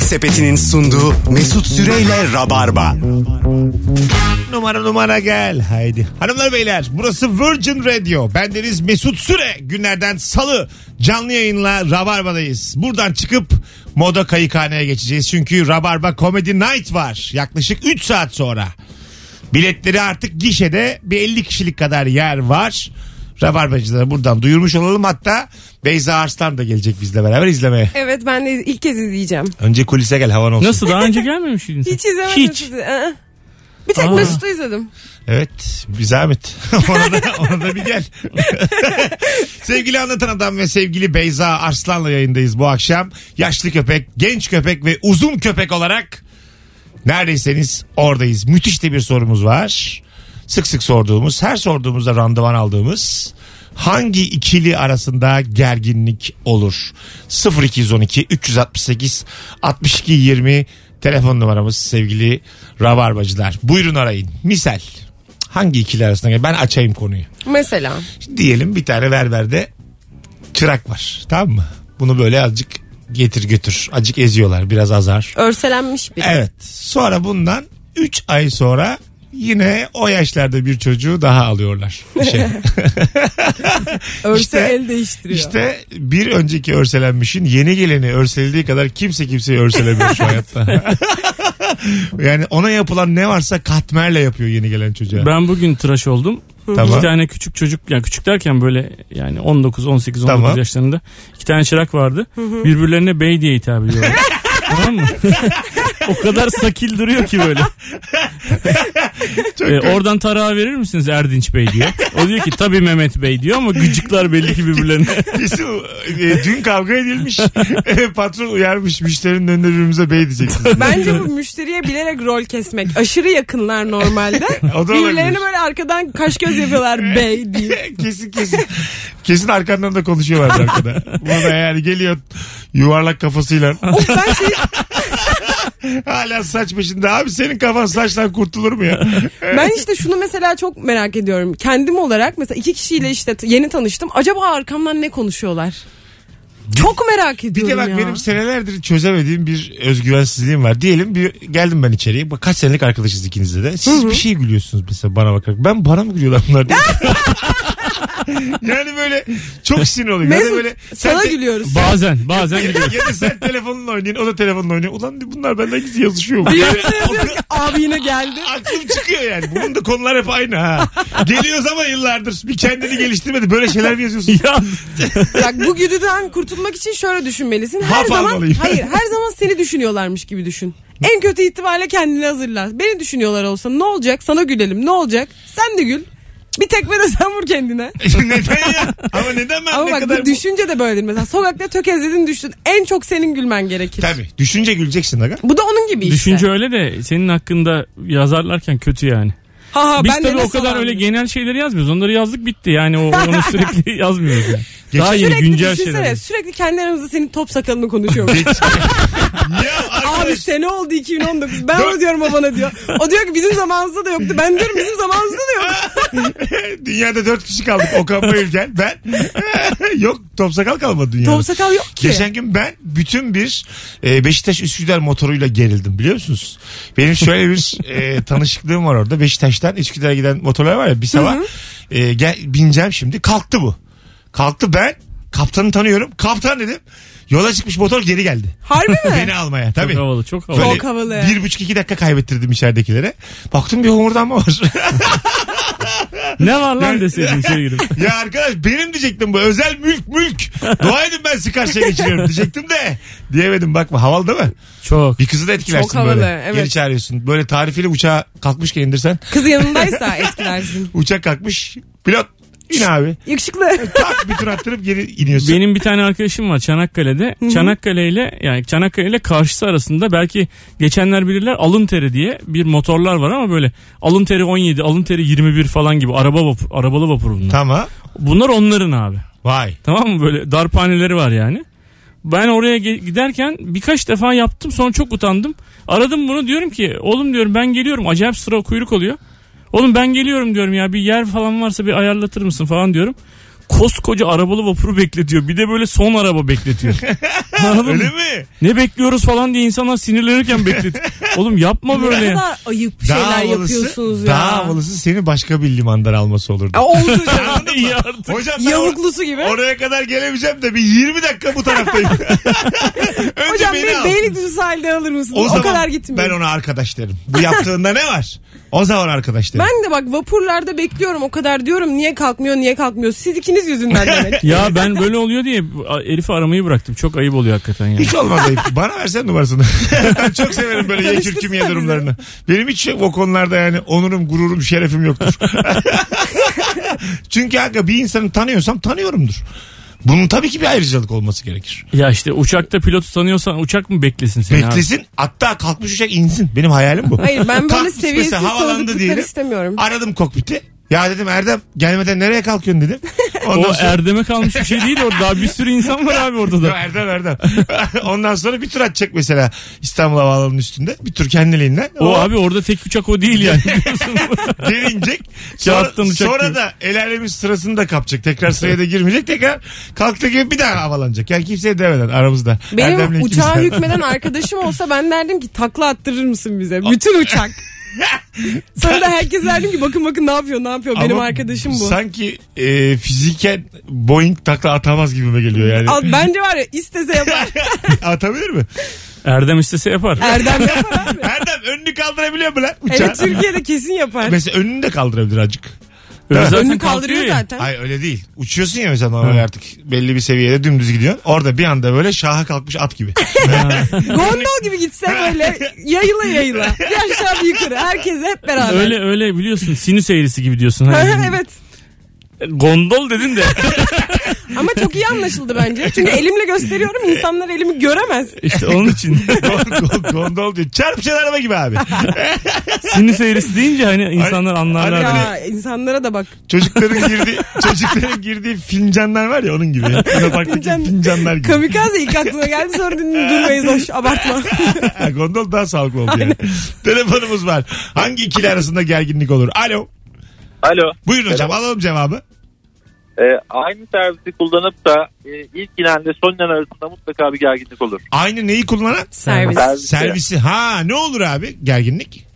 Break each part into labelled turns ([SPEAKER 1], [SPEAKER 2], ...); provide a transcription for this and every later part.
[SPEAKER 1] Sepeti'nin sunduğu Mesut Süreyle Rabarba.
[SPEAKER 2] Numara numara gel. Haydi. Hanımlar beyler burası Virgin Radio. Bendeniz Mesut Süre. Günlerden salı canlı yayınla Rabarba'dayız. Buradan çıkıp moda kayıkhaneye geçeceğiz. Çünkü Rabarba Comedy Night var. Yaklaşık 3 saat sonra. Biletleri artık gişede bir 50 kişilik kadar yer var. Rabarbacılara buradan duyurmuş olalım. Hatta Beyza Arslan da gelecek bizle beraber izlemeye.
[SPEAKER 3] Evet ben de ilk kez izleyeceğim.
[SPEAKER 2] Önce kulise gel havan olsun.
[SPEAKER 4] Nasıl daha önce gelmemiş miydin sen?
[SPEAKER 3] Hiç izlemedim
[SPEAKER 4] Hiç.
[SPEAKER 3] sizi. Aa. Bir tek
[SPEAKER 4] Aa.
[SPEAKER 3] Mesut'u izledim.
[SPEAKER 2] Evet bir zahmet. ona, da, ona da bir gel. sevgili Anlatan Adam ve sevgili Beyza Arslan'la yayındayız bu akşam. Yaşlı köpek, genç köpek ve uzun köpek olarak neredeyseniz oradayız. Müthiş de bir sorumuz var. Sık sık sorduğumuz, her sorduğumuzda randıman aldığımız hangi ikili arasında gerginlik olur? 0212 368 62 20 telefon numaramız sevgili rabarbacılar. Buyurun arayın. Misal hangi ikili arasında? Ben açayım konuyu.
[SPEAKER 3] Mesela.
[SPEAKER 2] Diyelim bir tane berberde çırak var. Tamam mı? Bunu böyle azıcık getir götür. Azıcık eziyorlar. Biraz azar.
[SPEAKER 3] Örselenmiş bir.
[SPEAKER 2] Evet. Sonra bundan 3 ay sonra yine o yaşlarda bir çocuğu daha alıyorlar. Şey.
[SPEAKER 3] Örse
[SPEAKER 2] İşte-
[SPEAKER 3] el değiştiriyor.
[SPEAKER 2] işte bir önceki örselenmişin yeni geleni örselediği kadar kimse kimseyi örselemiyor şu hayatta. yani ona yapılan ne varsa katmerle yapıyor yeni gelen çocuğa.
[SPEAKER 4] Ben bugün tıraş oldum.
[SPEAKER 2] Tamam.
[SPEAKER 4] İki tane küçük çocuk yani küçük derken böyle yani 19, 18, 19
[SPEAKER 2] Tamam.
[SPEAKER 4] yaşlarında iki tane çırak vardı. Birbirlerine bey diye hitap ediyorlar. tamam mı? o kadar sakil duruyor ki böyle. Ee, oradan tarağı verir misiniz Erdinç Bey diyor. O diyor ki tabii Mehmet Bey diyor ama gıcıklar belli ki birbirlerine.
[SPEAKER 2] Kesin e, dün kavga edilmiş. E, Patron uyarmış müşterinin önünde birbirimize bey diyeceksiniz.
[SPEAKER 3] Bence bu müşteriye bilerek rol kesmek. Aşırı yakınlar normalde.
[SPEAKER 2] O da
[SPEAKER 3] Birbirlerini
[SPEAKER 2] olabilir.
[SPEAKER 3] böyle arkadan kaş göz yapıyorlar bey diye.
[SPEAKER 2] kesin kesin. Kesin arkandan da konuşuyorlar arkada. Bana yani geliyor yuvarlak kafasıyla.
[SPEAKER 3] Of ben şey,
[SPEAKER 2] Hala saç peşinde. Abi senin kafan saçtan kurtulur mu ya?
[SPEAKER 3] ben işte şunu mesela çok merak ediyorum. Kendim olarak mesela iki kişiyle işte t- yeni tanıştım. Acaba arkamdan ne konuşuyorlar? Çok merak
[SPEAKER 2] Bir
[SPEAKER 3] ediyorum
[SPEAKER 2] de bak
[SPEAKER 3] ya.
[SPEAKER 2] benim senelerdir çözemediğim bir özgüvensizliğim var. Diyelim bir geldim ben içeriye. Bak kaç senelik arkadaşız ikinizde de. Siz bir şey gülüyorsunuz mesela bana bakarak. Ben bana mı gülüyorlar bunlar diye. yani böyle çok sinir oluyor. Ya da
[SPEAKER 3] Mesut
[SPEAKER 2] böyle sen
[SPEAKER 3] sana
[SPEAKER 2] te-
[SPEAKER 3] gülüyoruz.
[SPEAKER 4] Bazen bazen gidiyor.
[SPEAKER 2] ya da sen telefonla oynuyorsun o da telefonla oynuyor. Ulan diyor, bunlar benden gizli yazışıyor. mu?
[SPEAKER 3] Bir yoksa yazıyoruz ki, abi yine geldi.
[SPEAKER 2] Aklım çıkıyor yani. Bunun da konular hep aynı ha. Geliyoruz ama yıllardır. Bir kendini geliştirmedi. Böyle şeyler mi yazıyorsun?
[SPEAKER 4] Ya
[SPEAKER 3] Bak bu güdüden kurtulmak için şöyle düşünmelisin. Her
[SPEAKER 2] Hap
[SPEAKER 3] zaman
[SPEAKER 2] almalıyım.
[SPEAKER 3] hayır, her zaman seni düşünüyorlarmış gibi düşün. En kötü ihtimalle kendini hazırla. Beni düşünüyorlar olsa ne olacak? Sana gülelim. Ne olacak? Sen de gül. Bir tekme de sen vur kendine.
[SPEAKER 2] neden ya? Ama neden ben
[SPEAKER 3] Ama
[SPEAKER 2] ne
[SPEAKER 3] bak
[SPEAKER 2] kadar...
[SPEAKER 3] bu düşünce de böyledir. Mesela sokakta tökezledin düştün. En çok senin gülmen gerekir.
[SPEAKER 2] Tabii. Düşünce güleceksin aga.
[SPEAKER 3] Bu da onun gibi işte.
[SPEAKER 4] düşünce öyle de senin hakkında yazarlarken kötü yani.
[SPEAKER 3] Ha, ha,
[SPEAKER 4] Biz
[SPEAKER 3] ben de
[SPEAKER 4] tabii o
[SPEAKER 3] nasıl
[SPEAKER 4] kadar öyle
[SPEAKER 3] anlıyorum?
[SPEAKER 4] genel şeyleri yazmıyoruz. Onları yazdık bitti. Yani o, onu sürekli yazmıyoruz. Yani. Daha yeni
[SPEAKER 3] Sürekli
[SPEAKER 4] güncel
[SPEAKER 3] düşünsene,
[SPEAKER 4] şeyler.
[SPEAKER 3] Sürekli kendi aramızda senin top sakalını konuşuyormuş.
[SPEAKER 2] Ya arkadaş.
[SPEAKER 3] Abi sene oldu 2019. Ben
[SPEAKER 2] Dört-
[SPEAKER 3] mi diyorum o bana diyor. O diyor ki bizim zamanımızda da yoktu. Ben diyorum bizim zamanımızda da yok.
[SPEAKER 2] Dünyada dört kişi kaldık. Okan Bayülgen, ben. Yok top sakal kalmadı dünyada.
[SPEAKER 3] Top sakal yok ki.
[SPEAKER 2] Geçen gün ben bütün bir e, Beşiktaş Üsküdar motoruyla gerildim biliyor musunuz? Benim şöyle bir e, tanışıklığım var orada. Beşiktaş'tan Üsküdar'a giden motorlar var ya bir sabah e, gel, bineceğim şimdi. Kalktı bu. Kalktı ben. Kaptanı tanıyorum. Kaptan dedim. Yola çıkmış motor geri geldi.
[SPEAKER 3] Harbi mi?
[SPEAKER 2] Beni almaya tabii.
[SPEAKER 4] Çok havalı çok havalı.
[SPEAKER 2] Böyle
[SPEAKER 3] Çok havalı.
[SPEAKER 2] Bir buçuk iki dakika kaybettirdim içeridekilere. Baktım bir homurdanma var.
[SPEAKER 4] Ne var lan deseydin şey girip.
[SPEAKER 2] Ya arkadaş benim diyecektim bu özel mülk mülk. Dua edin ben sizi karşıya geçiriyorum diyecektim de. Diyemedim bakma havalı değil mi?
[SPEAKER 4] Çok.
[SPEAKER 2] Bir kızı da etkilersin
[SPEAKER 3] Çok havalı,
[SPEAKER 2] böyle.
[SPEAKER 3] evet.
[SPEAKER 2] Geri çağırıyorsun. Böyle tarifiyle uçağa kalkmışken indirsen.
[SPEAKER 3] Kız yanındaysa etkilersin.
[SPEAKER 2] Uçak kalkmış. Pilot in abi.
[SPEAKER 3] Yakışıklı.
[SPEAKER 2] Tak bir tur attırıp geri iniyorsun.
[SPEAKER 4] Benim bir tane arkadaşım var Çanakkale'de. Çanakkale ile yani Çanakkale ile karşısı arasında belki geçenler bilirler alın teri diye bir motorlar var ama böyle alın teri 17, alın teri 21 falan gibi araba vapur, arabalı vapur bunlar.
[SPEAKER 2] Tamam.
[SPEAKER 4] Bunlar onların abi.
[SPEAKER 2] Vay.
[SPEAKER 4] Tamam mı? Böyle darphaneleri var yani. Ben oraya ge- giderken birkaç defa yaptım sonra çok utandım. Aradım bunu diyorum ki oğlum diyorum ben geliyorum acayip sıra kuyruk oluyor. Oğlum ben geliyorum diyorum ya bir yer falan varsa bir ayarlatır mısın falan diyorum. koskoca arabalı vapuru bekletiyor. Bir de böyle son araba bekletiyor. Anladın
[SPEAKER 2] Öyle
[SPEAKER 4] mı?
[SPEAKER 2] mi?
[SPEAKER 4] Ne bekliyoruz falan diye insanlar sinirlenirken beklet. Oğlum yapma böyle.
[SPEAKER 3] Ne
[SPEAKER 4] ya.
[SPEAKER 3] kadar ayıp şeyler yapıyorsunuz ya.
[SPEAKER 2] Daha havalısı seni başka bir limandan alması olurdu.
[SPEAKER 3] Ya Oldu hocam.
[SPEAKER 4] İyi artık.
[SPEAKER 2] Hocam ben or-
[SPEAKER 3] Yavuklusu gibi.
[SPEAKER 2] oraya kadar gelemeyeceğim de bir 20 dakika bu taraftayım. Önce
[SPEAKER 3] Hocam
[SPEAKER 2] beni
[SPEAKER 3] beni
[SPEAKER 2] al.
[SPEAKER 3] Beylikdüzü sahilde alır mısınız? O,
[SPEAKER 2] zaman
[SPEAKER 3] kadar gitmiyor.
[SPEAKER 2] Ben ona arkadaş derim. Bu yaptığında ne var? O zaman arkadaş derim.
[SPEAKER 3] Ben de bak vapurlarda bekliyorum o kadar diyorum niye kalkmıyor niye kalkmıyor siz ikiniz yüzünden demek.
[SPEAKER 4] Ya ben böyle oluyor diye Elif'i aramayı bıraktım. Çok ayıp oluyor hakikaten ya.
[SPEAKER 2] Hiç olmaz ayıp. Bana versen numarasını. Ben Çok severim böyle ye
[SPEAKER 3] Tanıştırsana
[SPEAKER 2] kürküm ye
[SPEAKER 3] bizi.
[SPEAKER 2] durumlarını. Benim hiç o konularda yani onurum, gururum, şerefim yoktur. Çünkü hakikaten bir insanı tanıyorsam tanıyorumdur. Bunun tabii ki bir ayrıcalık olması gerekir.
[SPEAKER 4] Ya işte uçakta pilotu tanıyorsan uçak mı beklesin seni? abi?
[SPEAKER 2] Beklesin hatta kalkmış uçak insin. Benim hayalim bu.
[SPEAKER 3] Hayır ben
[SPEAKER 2] Kalkmış
[SPEAKER 3] böyle
[SPEAKER 2] mesela
[SPEAKER 3] seviyesiz
[SPEAKER 2] havalandı
[SPEAKER 3] tanıdıklıklar
[SPEAKER 2] diyelim.
[SPEAKER 3] istemiyorum.
[SPEAKER 2] Aradım kokpiti. Ya dedim Erdem gelmeden nereye kalkıyorsun dedim. Ondan
[SPEAKER 4] O
[SPEAKER 2] sonra-
[SPEAKER 4] Erdem'e kalmış bir şey değil orada. Daha bir sürü insan var abi ortada.
[SPEAKER 2] Yo, Erdem Erdem. Ondan sonra bir tur atacak mesela İstanbul Havaalanı'nın üstünde. Bir tur kendiliğinden.
[SPEAKER 4] O abi orada tek uçak o değil yani biliyorsun.
[SPEAKER 2] Geri inecek. Sonra,
[SPEAKER 4] Kağıttan uçak
[SPEAKER 2] sonra
[SPEAKER 4] gibi.
[SPEAKER 2] da el alemin sırasını da kapacak. Tekrar sıraya da girmeyecek. Tekrar kalktığı gibi bir daha havalanacak. Yani kimseye demeden aramızda. Erdem'le
[SPEAKER 3] Benim
[SPEAKER 2] ikimiz
[SPEAKER 3] uçağa
[SPEAKER 2] de-
[SPEAKER 3] hükmeden arkadaşım olsa ben derdim ki takla attırır mısın bize? Bütün uçak. Sonra da herkes derdim ki bakın bakın ne yapıyor ne yapıyor benim
[SPEAKER 2] Ama
[SPEAKER 3] arkadaşım bu.
[SPEAKER 2] Sanki e, fiziken Boeing takla atamaz gibime geliyor yani.
[SPEAKER 3] Al, bence var ya istese yapar.
[SPEAKER 2] Atabilir mi?
[SPEAKER 4] Erdem istese yapar.
[SPEAKER 3] Erdem yapar abi.
[SPEAKER 2] Erdem önünü kaldırabiliyor mu lan uçağın?
[SPEAKER 3] Evet Türkiye'de kesin yapar.
[SPEAKER 2] Mesela önünü de kaldırabilir azıcık.
[SPEAKER 4] Öyle zaten
[SPEAKER 3] Önünü
[SPEAKER 4] kalkıyor
[SPEAKER 3] kaldırıyor
[SPEAKER 4] ya.
[SPEAKER 3] zaten.
[SPEAKER 2] Hayır öyle değil. Uçuyorsun ya mesela normal artık belli bir seviyede dümdüz gidiyorsun. Orada bir anda böyle şaha kalkmış at gibi.
[SPEAKER 3] Gondol gibi gitse böyle yayıla yayıla. Bir aşağı bir yukarı. Herkes hep beraber.
[SPEAKER 4] Öyle öyle biliyorsun sinüs eğrisi gibi diyorsun. Hani
[SPEAKER 3] evet.
[SPEAKER 4] Gondol dedin de
[SPEAKER 3] Ama çok iyi anlaşıldı bence. Çünkü elimle gösteriyorum insanlar elimi göremez.
[SPEAKER 4] işte onun için
[SPEAKER 2] Gond- gond- Gondol diyor. Çarpışan araba gibi abi.
[SPEAKER 4] sinüs eğrisi deyince hani insanlar anlarlar.
[SPEAKER 2] Hani-
[SPEAKER 3] Ya insanlara da bak.
[SPEAKER 2] Çocukların girdiği, çocukların girdiği fincanlar var ya onun gibi. Otoparktaki
[SPEAKER 3] Fincan-
[SPEAKER 2] fincanlar gibi.
[SPEAKER 3] Kamikaze ilk aklıma geldi sonra dedim durmayız hoş abartma.
[SPEAKER 2] Ha, Gondol daha sağlıklı oldu yani. Telefonumuz var. Hangi ikili arasında gerginlik olur? Alo.
[SPEAKER 5] Alo.
[SPEAKER 2] Buyurun hocam alalım cevabı.
[SPEAKER 5] Ee, aynı servisi kullanıp da e, ilk ilenle son inen arasında mutlaka bir gerginlik olur.
[SPEAKER 2] Aynı neyi kullanan?
[SPEAKER 3] Servis.
[SPEAKER 5] Servisi.
[SPEAKER 2] Servisi. Ha ne olur abi gerginlik?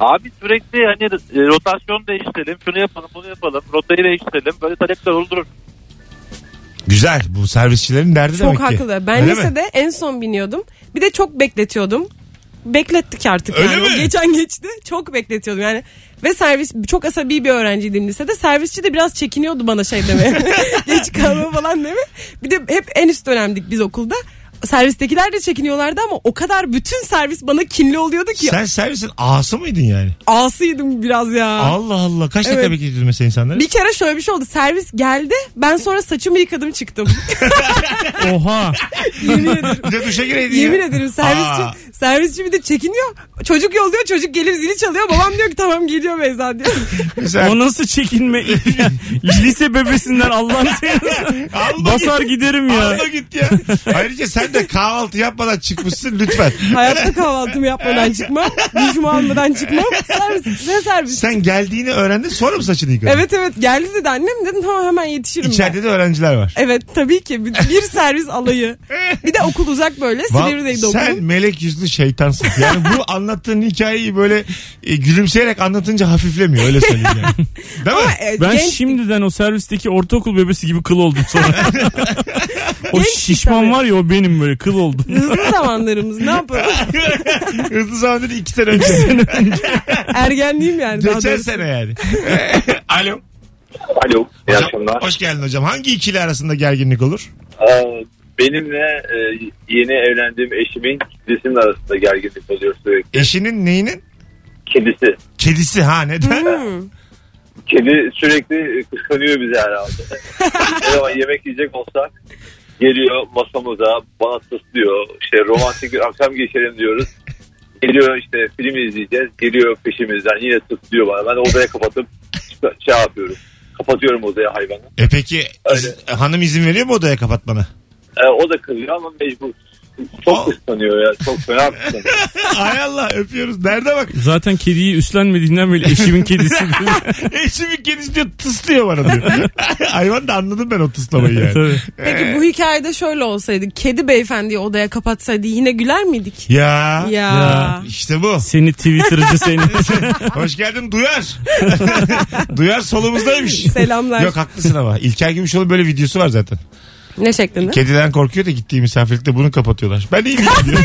[SPEAKER 5] Abi sürekli hani e, rotasyon değiştirelim, şunu yapalım, bunu yapalım, rotayı değiştirelim. Böyle talepler olur.
[SPEAKER 2] Güzel. Bu servisçilerin derdi demek
[SPEAKER 3] Çok
[SPEAKER 2] ki.
[SPEAKER 3] haklı. Ben
[SPEAKER 2] Öyle mi?
[SPEAKER 3] lisede en son biniyordum. Bir de çok bekletiyordum. Beklettik artık
[SPEAKER 2] Öyle
[SPEAKER 3] yani. O
[SPEAKER 2] mi?
[SPEAKER 3] Geçen geçti. Çok bekletiyordum yani. Ve servis çok asabi bir öğrenciydim lisede. Servisçi de biraz çekiniyordu bana şey demeye. Geç kalma falan deme. Bir de hep en üst dönemdik biz okulda. Servistekiler de çekiniyorlardı ama o kadar bütün servis bana kinli oluyordu ki.
[SPEAKER 2] Sen servisin ağası mıydın yani?
[SPEAKER 3] Asıydım biraz ya.
[SPEAKER 2] Allah Allah. Kaç dakika
[SPEAKER 3] Evet.
[SPEAKER 2] bekletiyordun mesela insanları?
[SPEAKER 3] Bir kere şöyle bir şey oldu. Servis geldi. Ben sonra saçımı yıkadım çıktım.
[SPEAKER 4] Oha.
[SPEAKER 3] Yemin ederim.
[SPEAKER 2] Bir de duşa gireydin ya.
[SPEAKER 3] Yemin ederim servisçi,
[SPEAKER 2] Aa.
[SPEAKER 3] servisçi bir de çekiniyor. Çocuk yolluyor çocuk gelip zili çalıyor. Babam diyor ki tamam geliyor Beyza diyor.
[SPEAKER 2] Mesela
[SPEAKER 4] O nasıl çekinme? Lise bebesinden Allah'ını seversen.
[SPEAKER 2] Alma
[SPEAKER 4] Basar
[SPEAKER 2] git.
[SPEAKER 4] giderim ya.
[SPEAKER 2] Alma git ya. Ayrıca sen de kahvaltı yapmadan çıkmışsın lütfen.
[SPEAKER 3] Hayatta kahvaltımı yapmadan çıkmam. Duşumu almadan çıkmam. Servis, ne servis?
[SPEAKER 2] Sen geldiğini öğrendin sonra mı saçını yıkadın?
[SPEAKER 3] Evet evet geldi dedi annem dedim tamam hemen yetişirim ben.
[SPEAKER 2] İçeride de öğrenciler var.
[SPEAKER 3] Evet tabii ki bir, bir servis alayı. Bir de okul uzak böyle
[SPEAKER 2] Val-
[SPEAKER 3] Silivri'deydi
[SPEAKER 2] sen
[SPEAKER 3] okulum.
[SPEAKER 2] melek yüzlü şeytansın. Yani bu anlattığın hikayeyi böyle e, gülümseyerek anlatınca hafiflemiyor öyle söyleyeyim yani. Değil mi?
[SPEAKER 3] E,
[SPEAKER 4] Ben
[SPEAKER 3] genç-
[SPEAKER 4] şimdiden o servisteki ortaokul bebesi gibi kıl oldum sonra. o
[SPEAKER 3] Gençtik
[SPEAKER 4] şişman
[SPEAKER 3] tabii.
[SPEAKER 4] var ya o benim böyle kıl oldum.
[SPEAKER 3] Hızlı zamanlarımız ne yapalım?
[SPEAKER 2] Hızlı zaman dedi iki sene önce.
[SPEAKER 3] Ergenliğim yani. daha
[SPEAKER 2] Geçen
[SPEAKER 3] doğrusu.
[SPEAKER 2] sene yani. Alo.
[SPEAKER 6] Alo, iyi
[SPEAKER 2] Hocam,
[SPEAKER 6] akşamlar.
[SPEAKER 2] hoş geldin hocam. Hangi ikili arasında gerginlik olur?
[SPEAKER 6] Ee, benimle e, yeni evlendiğim eşimin kedisinin arasında gerginlik oluyor sürekli.
[SPEAKER 2] Eşinin neyinin?
[SPEAKER 6] Kedisi.
[SPEAKER 2] Kedisi ha neden?
[SPEAKER 3] Hmm.
[SPEAKER 6] Kedi sürekli kıskanıyor bizi herhalde. ne zaman yemek yiyecek olsak geliyor masamıza bana sus diyor. İşte romantik bir akşam geçirelim diyoruz. Geliyor işte film izleyeceğiz. Geliyor peşimizden yine sus diyor bana. Ben odaya kapatıp şey yapıyorum. Kapatıyorum odaya hayvanı.
[SPEAKER 2] E peki
[SPEAKER 6] Öyle.
[SPEAKER 2] hanım izin veriyor mu odaya kapatmana?
[SPEAKER 6] E, Ee, o da kızıyor ama mecbur. Çok ıslanıyor ya. Çok fena ıslanıyor.
[SPEAKER 2] Ay Allah öpüyoruz. Nerede bak.
[SPEAKER 4] Zaten kediyi üstlenmediğinden beri eşimin kedisi.
[SPEAKER 2] Eşimin kendisi diyor tıslıyor bana diyor. Hayvan da anladım ben o tıslamayı yani.
[SPEAKER 4] Tabii.
[SPEAKER 3] Peki bu hikayede şöyle olsaydı. Kedi beyefendiyi odaya kapatsaydı yine güler miydik?
[SPEAKER 2] Ya.
[SPEAKER 3] Ya.
[SPEAKER 4] Ya.
[SPEAKER 2] İşte bu.
[SPEAKER 4] Seni Twitter'cı seni.
[SPEAKER 2] Hoş geldin Duyar. Duyar solumuzdaymış.
[SPEAKER 3] Selamlar.
[SPEAKER 2] Yok haklısın ama. İlker Gümüşoğlu böyle videosu var zaten.
[SPEAKER 3] Ne şeklinde?
[SPEAKER 2] Kediden korkuyor da gittiği misafirlikte bunu kapatıyorlar. Ben iyiyim diyor.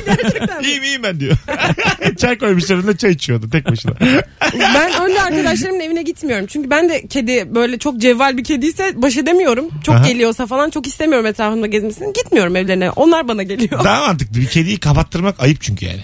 [SPEAKER 2] iyiyim iyiyim ben diyor. çay koymuş önüne çay içiyordu tek başına.
[SPEAKER 3] ben öyle arkadaşlarımın evine gitmiyorum. Çünkü ben de kedi böyle çok cevval bir kediyse baş edemiyorum. Çok
[SPEAKER 2] Aha.
[SPEAKER 3] geliyorsa falan çok istemiyorum etrafımda gezmesini. Gitmiyorum evlerine. Onlar bana geliyor.
[SPEAKER 2] Daha mantıklı. Bir kediyi kapattırmak ayıp çünkü yani.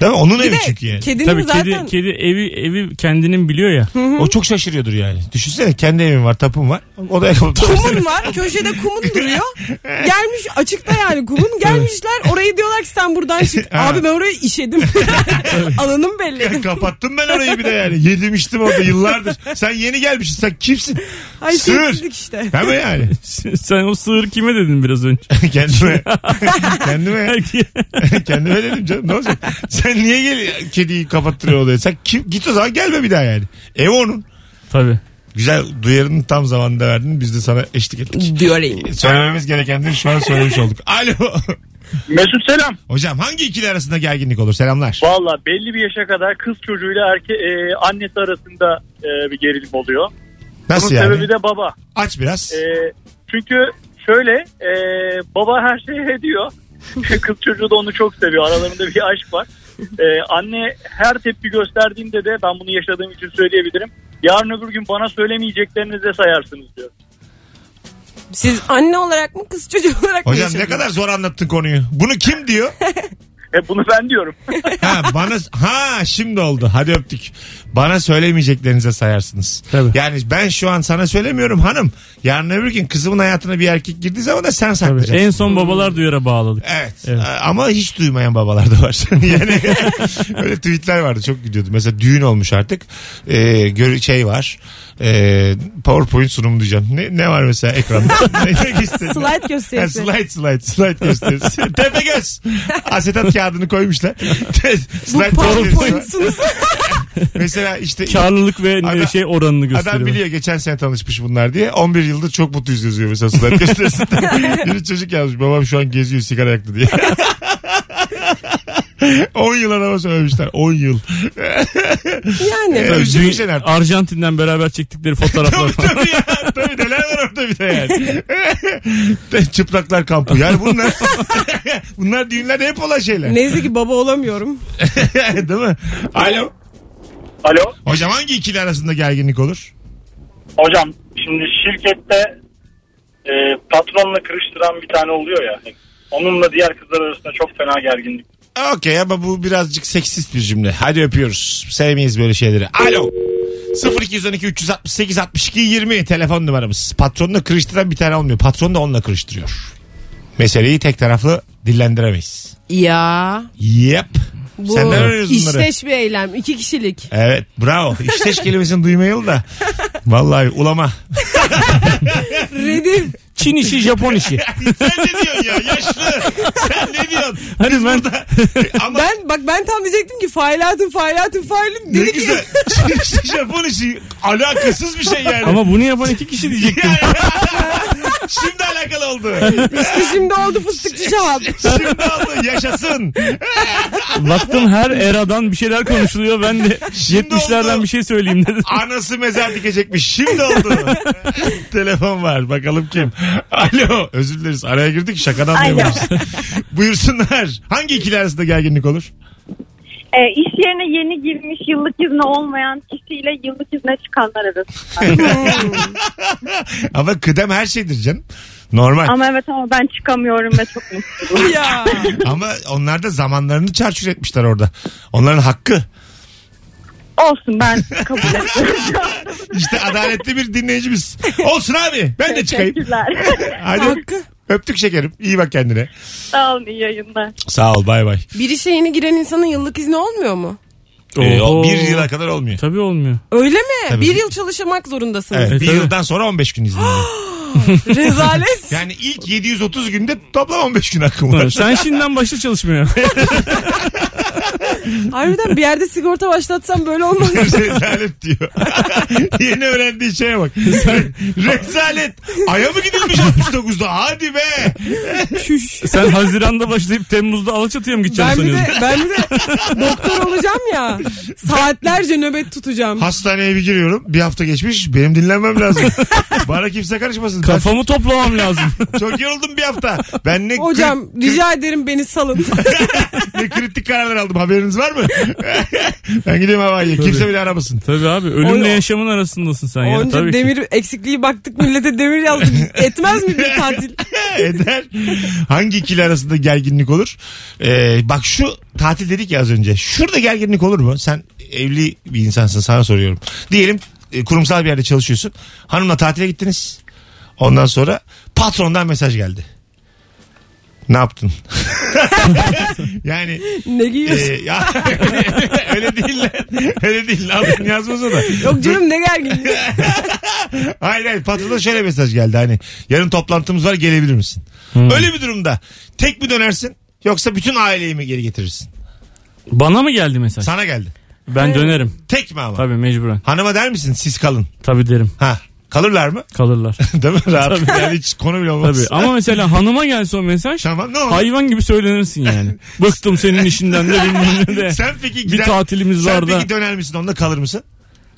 [SPEAKER 2] Değil mi? Onun evi çünkü yani.
[SPEAKER 3] kedinin
[SPEAKER 4] Tabii
[SPEAKER 3] zaten
[SPEAKER 4] kedi, kedi evi, evi kendinin biliyor ya.
[SPEAKER 2] O çok şaşırıyordur yani. Düşünsene kendi evim var, tapum var. Odaya kapatmışsın.
[SPEAKER 3] kumun var. Köşede kumun duruyor. Gelmiş açıkta yani kumun. Gelmişler orayı diyorlar ki sen buradan çık.
[SPEAKER 2] Ha.
[SPEAKER 3] Abi ben orayı işedim. Alanım belli.
[SPEAKER 2] Kapattım ben orayı bir de yani. Yedim içtim orada yıllardır. Sen yeni gelmişsin. Sen kimsin?
[SPEAKER 3] Ay
[SPEAKER 2] Sır.
[SPEAKER 3] sessizlik işte.
[SPEAKER 2] Hemen yani.
[SPEAKER 4] Sen o sığır kime dedin biraz önce?
[SPEAKER 2] kendime. kendime.
[SPEAKER 4] Belki-
[SPEAKER 2] kendime dedim canım. Ne olacak? Sen niye gel kediyi kapattırıyor odaya? Sen kim? Git o zaman gelme bir daha yani. Ev onun.
[SPEAKER 4] Tabii.
[SPEAKER 2] Güzel duyarını tam zamanında verdin. Biz de sana eşlik ettik.
[SPEAKER 3] Diyorum.
[SPEAKER 2] Söylememiz gerekenleri şu an söylemiş olduk. Alo.
[SPEAKER 7] Mesut selam.
[SPEAKER 2] Hocam hangi ikili arasında gerginlik olur? Selamlar.
[SPEAKER 7] Valla belli bir yaşa kadar kız çocuğuyla erke, e, annesi arasında e, bir gerilim oluyor.
[SPEAKER 2] Nasıl
[SPEAKER 7] Bunun
[SPEAKER 2] yani?
[SPEAKER 7] sebebi de baba.
[SPEAKER 2] Aç biraz.
[SPEAKER 7] E, çünkü şöyle e, baba her şeyi ediyor. kız çocuğu da onu çok seviyor. Aralarında bir aşk var. E, anne her tepki gösterdiğinde de ben bunu yaşadığım için söyleyebilirim. Yarın öbür gün bana söylemeyeceklerinizi de sayarsınız diyor.
[SPEAKER 3] Siz anne olarak mı kız çocuğu olarak mı
[SPEAKER 2] Hocam ne
[SPEAKER 3] yaşadınız?
[SPEAKER 2] kadar zor anlattın konuyu. Bunu kim diyor?
[SPEAKER 7] E, bunu ben diyorum.
[SPEAKER 2] Ha bana ha şimdi oldu. Hadi öptük. Bana söylemeyeceklerinize sayarsınız.
[SPEAKER 4] Tabii.
[SPEAKER 2] Yani ben şu an sana söylemiyorum hanım. Yarın öbür gün kızımın hayatına bir erkek girdiği zaman da sen
[SPEAKER 4] Tabii.
[SPEAKER 2] saklayacaksın.
[SPEAKER 4] En son babalar duyara bağladık.
[SPEAKER 2] Evet. A- Ama hiç duymayan babalar da var. yani öyle tweetler vardı çok gidiyordu. Mesela düğün olmuş artık. Ee, gör şey var. Ee, PowerPoint sunumu diyeceğim. Ne, ne var mesela ekranda? ne ne istedin?
[SPEAKER 3] Slide
[SPEAKER 2] Ha,
[SPEAKER 3] gösterisi.
[SPEAKER 2] slide slide slide gösterisi. Tepe göz. Asetat kağıdını koymuşlar. slide gösterisi var.
[SPEAKER 3] PowerPoint'sunuz.
[SPEAKER 2] Mesela işte
[SPEAKER 4] Karlılık ve
[SPEAKER 2] Adam-
[SPEAKER 4] şey oranını gösteriyor.
[SPEAKER 2] Adam biliyor geçen sene tanışmış bunlar diye. 11 yıldır çok mutluyuz yazıyor mesela slide gösterisinde. Biri çocuk yazmış babam şu an geziyor sigara yaktı diye. 10 yıl adama söylemişler. 10 yıl.
[SPEAKER 3] yani.
[SPEAKER 2] Evet.
[SPEAKER 4] Tabii,
[SPEAKER 2] Üzülmüş
[SPEAKER 4] dün-
[SPEAKER 2] herhalde.
[SPEAKER 4] Arjantin'den beraber çektikleri fotoğraflar
[SPEAKER 2] tabii,
[SPEAKER 4] falan.
[SPEAKER 2] tabii ya. Tabii neler var orada bir de yani. De- Çıplaklar kampı. Yani bunlar bunlar düğünlerde hep olan şeyler.
[SPEAKER 3] Neyse ki baba olamıyorum.
[SPEAKER 2] Değil mi? Alo.
[SPEAKER 7] Alo.
[SPEAKER 2] Hocam hangi ikili arasında gerginlik olur?
[SPEAKER 7] Hocam şimdi şirkette e, patronla kırıştıran bir tane oluyor ya. Onunla diğer kızlar arasında çok fena gerginlik.
[SPEAKER 2] Okey ama bu birazcık seksist bir cümle. Hadi öpüyoruz. Sevmeyiz böyle şeyleri. Alo. 0212 368 62 20 telefon numaramız. Patronla kırıştıran bir tane olmuyor. Patron da onunla kırıştırıyor. Meseleyi tek taraflı dillendiremeyiz.
[SPEAKER 3] Ya.
[SPEAKER 2] Yep.
[SPEAKER 3] Bu
[SPEAKER 2] Senden öğreniyoruz bunları.
[SPEAKER 3] işteş bir eylem. iki kişilik.
[SPEAKER 2] Evet bravo. İşteş kelimesini duymayalım da. Vallahi ulama.
[SPEAKER 3] Redim.
[SPEAKER 4] Çin işi Japon işi.
[SPEAKER 2] Sen ne diyorsun ya yaşlı? Sen ne diyorsun?
[SPEAKER 4] Hani ben-
[SPEAKER 2] burada- Ama
[SPEAKER 3] Ben bak ben tam diyecektim ki failatın failatın failin.
[SPEAKER 2] ne
[SPEAKER 3] Dedi ki
[SPEAKER 2] güzel. İşte Japon işi alakasız bir şey yani.
[SPEAKER 4] Ama bunu yapan iki kişi diyecektim.
[SPEAKER 2] Şimdi alakalı oldu.
[SPEAKER 3] işte şimdi oldu fıstıkçı şahap.
[SPEAKER 2] Şimdi oldu. Yaşasın.
[SPEAKER 4] Baktım her eradan bir şeyler konuşuluyor. Ben de
[SPEAKER 2] Şimdi
[SPEAKER 4] 70'lerden
[SPEAKER 2] oldu.
[SPEAKER 4] bir şey söyleyeyim dedim.
[SPEAKER 2] Anası mezar dikecekmiş. Şimdi oldu. Telefon var. Bakalım kim? Alo. Özür dileriz. Araya girdik. Şakadan da yapıyoruz. Buyursunlar. Hangi ikili arasında gerginlik olur?
[SPEAKER 8] E, iş yerine yeni girmiş yıllık izne olmayan kişiyle yıllık izne çıkanlar arasında.
[SPEAKER 2] Ama kıdem her şeydir canım. Normal. Ama,
[SPEAKER 8] ama evet ama ben çıkamıyorum ve çok mutluyum.
[SPEAKER 3] ya.
[SPEAKER 2] onlar da zamanlarını çarçur etmişler orada. Onların hakkı.
[SPEAKER 8] Olsun ben kabul ettim.
[SPEAKER 2] İşte adaletli bir dinleyicimiz. Olsun abi. Ben de çıkayım.
[SPEAKER 8] Teşekkürler.
[SPEAKER 2] Hadi
[SPEAKER 3] Hakkı.
[SPEAKER 2] öptük şekerim. İyi bak kendine.
[SPEAKER 8] Sağ olun iyi yayınlar.
[SPEAKER 2] Sağ ol. Bay bay.
[SPEAKER 3] Bir işe yeni giren insanın yıllık izni olmuyor mu?
[SPEAKER 2] Ee, o
[SPEAKER 4] Oho.
[SPEAKER 2] bir yıla kadar olmuyor.
[SPEAKER 4] Tabii olmuyor.
[SPEAKER 3] Öyle mi?
[SPEAKER 2] Tabii.
[SPEAKER 3] Bir yıl çalışmak zorundasınız.
[SPEAKER 2] Evet,
[SPEAKER 4] E,
[SPEAKER 2] bir
[SPEAKER 4] tabii.
[SPEAKER 2] yıldan sonra 15 gün izinli.
[SPEAKER 3] Rezalet.
[SPEAKER 2] Yani ilk 730 günde toplam 15 gün hakkım var.
[SPEAKER 4] Evet, Sen şimdiden başla çalışmaya.
[SPEAKER 3] Harbiden bir yerde sigorta başlatsam böyle olmaz.
[SPEAKER 2] Rezalet diyor. Yeni öğrendiği şeye bak. Rezalet. Aya mı gidilmiş 69'da? Hadi be.
[SPEAKER 3] Şuş.
[SPEAKER 4] Sen Haziran'da başlayıp Temmuz'da Alaçatı'ya mı gideceksin
[SPEAKER 3] Ben bir, de,
[SPEAKER 4] sanıyorsun?
[SPEAKER 3] ben bir de doktor olacağım ya. Saatlerce nöbet tutacağım.
[SPEAKER 2] Hastaneye bir giriyorum. Bir hafta geçmiş. Benim dinlenmem lazım. Bana kimse karışmasın. Ben
[SPEAKER 4] Kafamı toplamam lazım.
[SPEAKER 2] çok yoruldum bir hafta. Ben ne,
[SPEAKER 3] Hocam
[SPEAKER 2] kri-
[SPEAKER 3] rica ederim beni salın.
[SPEAKER 2] ne kritik kararlar aldım. Haberiniz var mı? ben gideyim havaya. Kimse bile aramasın.
[SPEAKER 4] Tabii abi ölümle
[SPEAKER 3] Onca-
[SPEAKER 4] yaşamın arasındasın sen ya.
[SPEAKER 3] Onca
[SPEAKER 4] Tabii ki.
[SPEAKER 3] demir eksikliği baktık millete demir yazdık. Etmez mi bir tatil?
[SPEAKER 2] Eder. Hangi ikili arasında gerginlik olur? Ee, bak şu tatil dedik ya az önce. Şurada gerginlik olur mu? Sen evli bir insansın sana soruyorum. Diyelim e, kurumsal bir yerde çalışıyorsun. Hanımla tatile gittiniz. Ondan sonra patrondan mesaj geldi. Ne yaptın? yani
[SPEAKER 3] Ne giyiyorsun?
[SPEAKER 2] e, ya, öyle değil lan. Öyle değil lan. Yazmaz o da.
[SPEAKER 3] Yok canım ne gergin.
[SPEAKER 2] Hayır hayır patrona şöyle mesaj geldi hani yarın toplantımız var gelebilir misin?
[SPEAKER 4] Hmm.
[SPEAKER 2] Öyle bir durumda tek mi dönersin yoksa bütün aileyi mi geri getirirsin?
[SPEAKER 4] Bana mı geldi mesaj?
[SPEAKER 2] Sana geldi.
[SPEAKER 4] Ben dönerim.
[SPEAKER 2] Tek mi ama?
[SPEAKER 4] Tabii mecburen.
[SPEAKER 2] Hanıma der misin siz kalın?
[SPEAKER 4] Tabii derim.
[SPEAKER 2] Ha kalırlar mı?
[SPEAKER 4] Kalırlar.
[SPEAKER 2] Değil mi? Rahat
[SPEAKER 4] Tabii.
[SPEAKER 2] yani hiç konu bile olmaz.
[SPEAKER 4] Tabii. Ama mesela hanıma gelse o mesaj
[SPEAKER 2] Tamam ne olur.
[SPEAKER 4] hayvan gibi söylenirsin yani. Bıktım senin işinden de bilmem ne de.
[SPEAKER 2] Sen peki
[SPEAKER 4] Bir
[SPEAKER 2] gider,
[SPEAKER 4] tatilimiz
[SPEAKER 2] sen
[SPEAKER 4] var da.
[SPEAKER 2] peki döner misin onunla kalır mısın?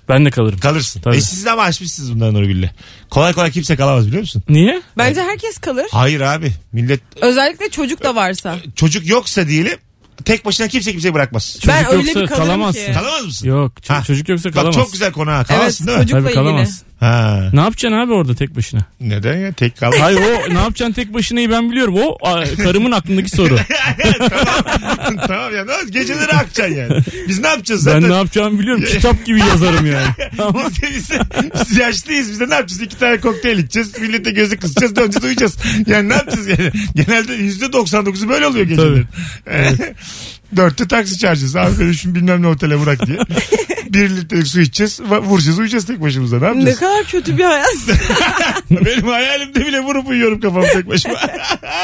[SPEAKER 4] Ben de kalırım.
[SPEAKER 2] Kalırsın.
[SPEAKER 4] Tabii.
[SPEAKER 2] E siz de ama açmışsınız bunları Nurgül'le. Kolay kolay kimse kalamaz biliyor musun?
[SPEAKER 4] Niye?
[SPEAKER 3] Bence herkes kalır.
[SPEAKER 2] Hayır abi millet
[SPEAKER 3] Özellikle çocuk da varsa.
[SPEAKER 2] çocuk yoksa diyelim tek başına kimse kimseyi bırakmaz.
[SPEAKER 4] Çocuk
[SPEAKER 3] ben öyle
[SPEAKER 4] yoksa
[SPEAKER 3] bir kalırım
[SPEAKER 4] kalamazsın.
[SPEAKER 3] ki.
[SPEAKER 2] Kalamaz mısın?
[SPEAKER 4] Yok. ç-
[SPEAKER 2] Ha.
[SPEAKER 4] Çocuk yoksa
[SPEAKER 2] Bak
[SPEAKER 4] kalamaz.
[SPEAKER 2] çok güzel konu ha.
[SPEAKER 3] Evet
[SPEAKER 2] Kalamazsın değil mi?
[SPEAKER 3] çocukla
[SPEAKER 4] Tabii
[SPEAKER 3] ilgili.
[SPEAKER 4] kalamaz.
[SPEAKER 2] Ha.
[SPEAKER 4] Ne yapacaksın abi orada tek başına?
[SPEAKER 2] Neden ya? Tek kalmak.
[SPEAKER 4] Hayır o ne yapacaksın tek başınayı ben biliyorum. O a, karımın aklındaki soru.
[SPEAKER 2] tamam ya. Ne olacak? Geceleri akacaksın yani. Biz ne yapacağız zaten?
[SPEAKER 4] Ben ne yapacağımı biliyorum. Kitap gibi yazarım yani. Ama
[SPEAKER 2] Biz, de, biz, de- biz yaşlıyız. Biz de ne yapacağız? İki tane kokteyl içeceğiz. Millete gözü kısacağız. Döneceğiz uyuyacağız. Yani ne yapacağız yani? Genelde yüzde 99'u böyle oluyor geceleri. Dörtte taksi çağıracağız. Abi beni şu bilmem ne otele bırak diye. Bir litrelik su içeceğiz. va- Vuracağız uyuyacağız tek başımıza. Ne
[SPEAKER 3] Ne
[SPEAKER 2] yapacağız?
[SPEAKER 3] kadar kötü bir hayat.
[SPEAKER 2] Benim hayalimde bile vurup uyuyorum kafamı tek başıma.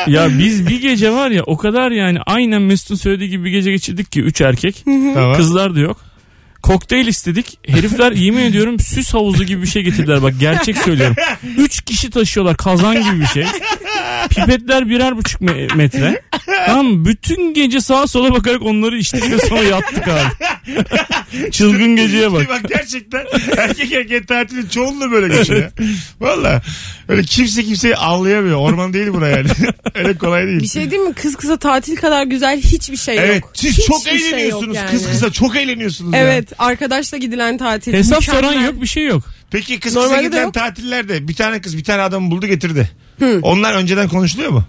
[SPEAKER 4] ya biz bir gece var ya o kadar yani aynen Mesut'un söylediği gibi bir gece geçirdik ki 3 erkek.
[SPEAKER 2] tamam.
[SPEAKER 4] Kızlar da yok. Kokteyl istedik. Herifler yemin ediyorum süs havuzu gibi bir şey getirdiler. Bak gerçek söylüyorum. Üç kişi taşıyorlar kazan gibi bir şey. Pipetler birer buçuk me- metre. Tamam mı? Bütün gece sağa sola bakarak onları içtik ve sonra yattık abi. Çılgın geceye bak.
[SPEAKER 2] Şey bak gerçekten erkek erkeğe tatilin çoğunluğu böyle geçiyor. ya. Valla öyle kimse kimseyi avlayamıyor. Orman değil bura yani. öyle kolay değil.
[SPEAKER 3] bir şey değil mi? Kız kıza tatil kadar güzel hiçbir şey
[SPEAKER 2] evet
[SPEAKER 3] yok.
[SPEAKER 2] siz
[SPEAKER 3] Hiçbir
[SPEAKER 2] çok
[SPEAKER 3] şey yok
[SPEAKER 2] eğleniyorsunuz.
[SPEAKER 3] yani.
[SPEAKER 2] Kız kıza çok eğleniyorsunuz. ya.
[SPEAKER 3] Evet arkadaşla gidilen tatil.
[SPEAKER 4] Hesap
[SPEAKER 3] mükemmel.
[SPEAKER 4] soran yok bir şey yok.
[SPEAKER 2] Peki kız
[SPEAKER 3] Normalde
[SPEAKER 2] kıza
[SPEAKER 3] de
[SPEAKER 2] gidilen
[SPEAKER 3] yok.
[SPEAKER 2] tatillerde bir tane kız bir tane adamı buldu getirdi. Onlar önceden konuşuluyor mu?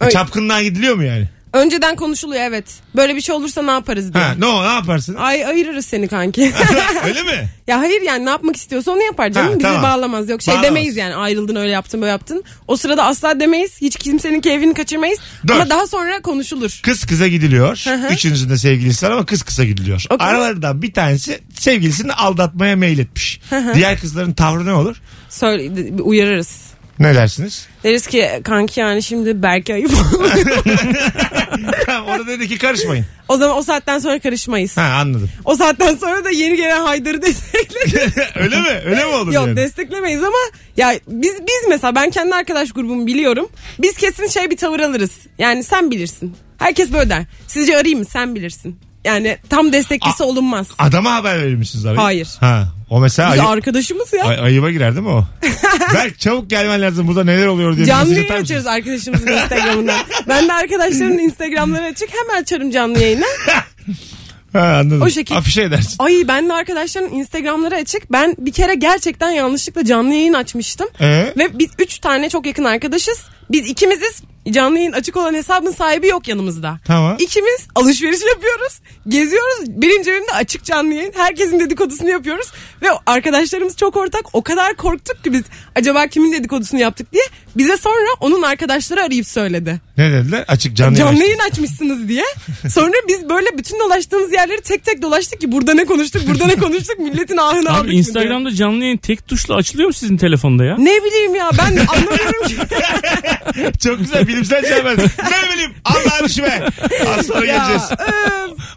[SPEAKER 2] E,
[SPEAKER 3] Ay.
[SPEAKER 2] Çapkınlığa gidiliyor mu yani?
[SPEAKER 3] Önceden konuşuluyor evet. Böyle bir şey olursa ne yaparız diye.
[SPEAKER 2] Ha, no, ne yaparsın?
[SPEAKER 3] Ay ayırırız seni kanki.
[SPEAKER 2] öyle mi?
[SPEAKER 3] ya hayır yani ne yapmak istiyorsa onu yapar canım.
[SPEAKER 2] Ha,
[SPEAKER 3] Bizi
[SPEAKER 2] tamam.
[SPEAKER 3] bağlamaz. Yok şey
[SPEAKER 2] Bağlamaz.
[SPEAKER 3] demeyiz yani ayrıldın öyle yaptın böyle yaptın. O sırada asla demeyiz. Hiç kimsenin keyfini kaçırmayız.
[SPEAKER 2] Dur.
[SPEAKER 3] Ama daha sonra konuşulur.
[SPEAKER 2] Kız kıza gidiliyor.
[SPEAKER 3] Hı hı.
[SPEAKER 2] Üçünüzün de sevgilisi var ama kız kıza gidiliyor.
[SPEAKER 3] Okey.
[SPEAKER 2] Aralarından bir tanesi sevgilisini aldatmaya meyletmiş. Diğer kızların tavrı ne olur?
[SPEAKER 3] Söyle, uyarırız.
[SPEAKER 2] Ne dersiniz?
[SPEAKER 3] Deriz ki kanki yani şimdi belki ayıp.
[SPEAKER 2] Tamam orada dedi ki karışmayın.
[SPEAKER 3] o zaman o saatten sonra karışmayız.
[SPEAKER 2] Ha anladım.
[SPEAKER 3] O saatten sonra da yeni gelen Haydar'ı destekleriz.
[SPEAKER 2] Öyle mi? Öyle mi olur
[SPEAKER 3] Yok
[SPEAKER 2] yani?
[SPEAKER 3] desteklemeyiz ama ya biz biz mesela ben kendi arkadaş grubumu biliyorum. Biz kesin şey bir tavır alırız. Yani sen bilirsin. Herkes böyle der. Sizce arayayım mı? Sen bilirsin. Yani tam desteklisi olunmaz.
[SPEAKER 2] Adama haber verir misiniz abi?
[SPEAKER 3] Hayır.
[SPEAKER 2] Ha, o mesela
[SPEAKER 3] Biz
[SPEAKER 2] ayı-
[SPEAKER 3] arkadaşımız ya.
[SPEAKER 2] ay- ayıba girer değil mi o? Berk çabuk gelmen lazım burada neler oluyor diye. bir
[SPEAKER 3] Canlı
[SPEAKER 2] mesaj
[SPEAKER 3] yayın
[SPEAKER 2] atar
[SPEAKER 3] açıyoruz
[SPEAKER 2] mısın?
[SPEAKER 3] arkadaşımızın Instagram'ından. ben de arkadaşlarımın Instagram'ları açık hemen açarım canlı yayını.
[SPEAKER 2] Ha, anladım.
[SPEAKER 3] O şekil.
[SPEAKER 2] Afişe edersin.
[SPEAKER 3] Ay ben de arkadaşların Instagram'ları açık. Ben bir kere gerçekten yanlışlıkla canlı yayın açmıştım.
[SPEAKER 2] Ee?
[SPEAKER 3] Ve biz üç tane çok yakın arkadaşız. Biz ikimiziz canlı yayın açık olan hesabın sahibi yok yanımızda.
[SPEAKER 2] Tamam.
[SPEAKER 3] İkimiz alışveriş yapıyoruz. Geziyoruz. Benim cebimde açık canlı yayın. Herkesin dedikodusunu yapıyoruz. Ve o arkadaşlarımız çok ortak. O kadar korktuk ki biz acaba kimin dedikodusunu yaptık diye. Bize sonra onun arkadaşları arayıp söyledi.
[SPEAKER 2] Ne dediler? Açık canlı,
[SPEAKER 3] Canlı
[SPEAKER 2] yayın.
[SPEAKER 3] yayın açmışsınız diye. Sonra biz böyle bütün dolaştığımız yerleri tek tek dolaştık ki burada ne konuştuk burada ne konuştuk milletin ahını aldık. mı
[SPEAKER 4] Abi
[SPEAKER 3] diye.
[SPEAKER 4] Instagram'da canlı yayın tek tuşla açılıyor mu sizin telefonda ya?
[SPEAKER 3] Ne bileyim ya ben de anlamıyorum ki.
[SPEAKER 2] Çok güzel bilimsel cevap. ne bileyim Allah'ın işi be. Az sonra geleceğiz.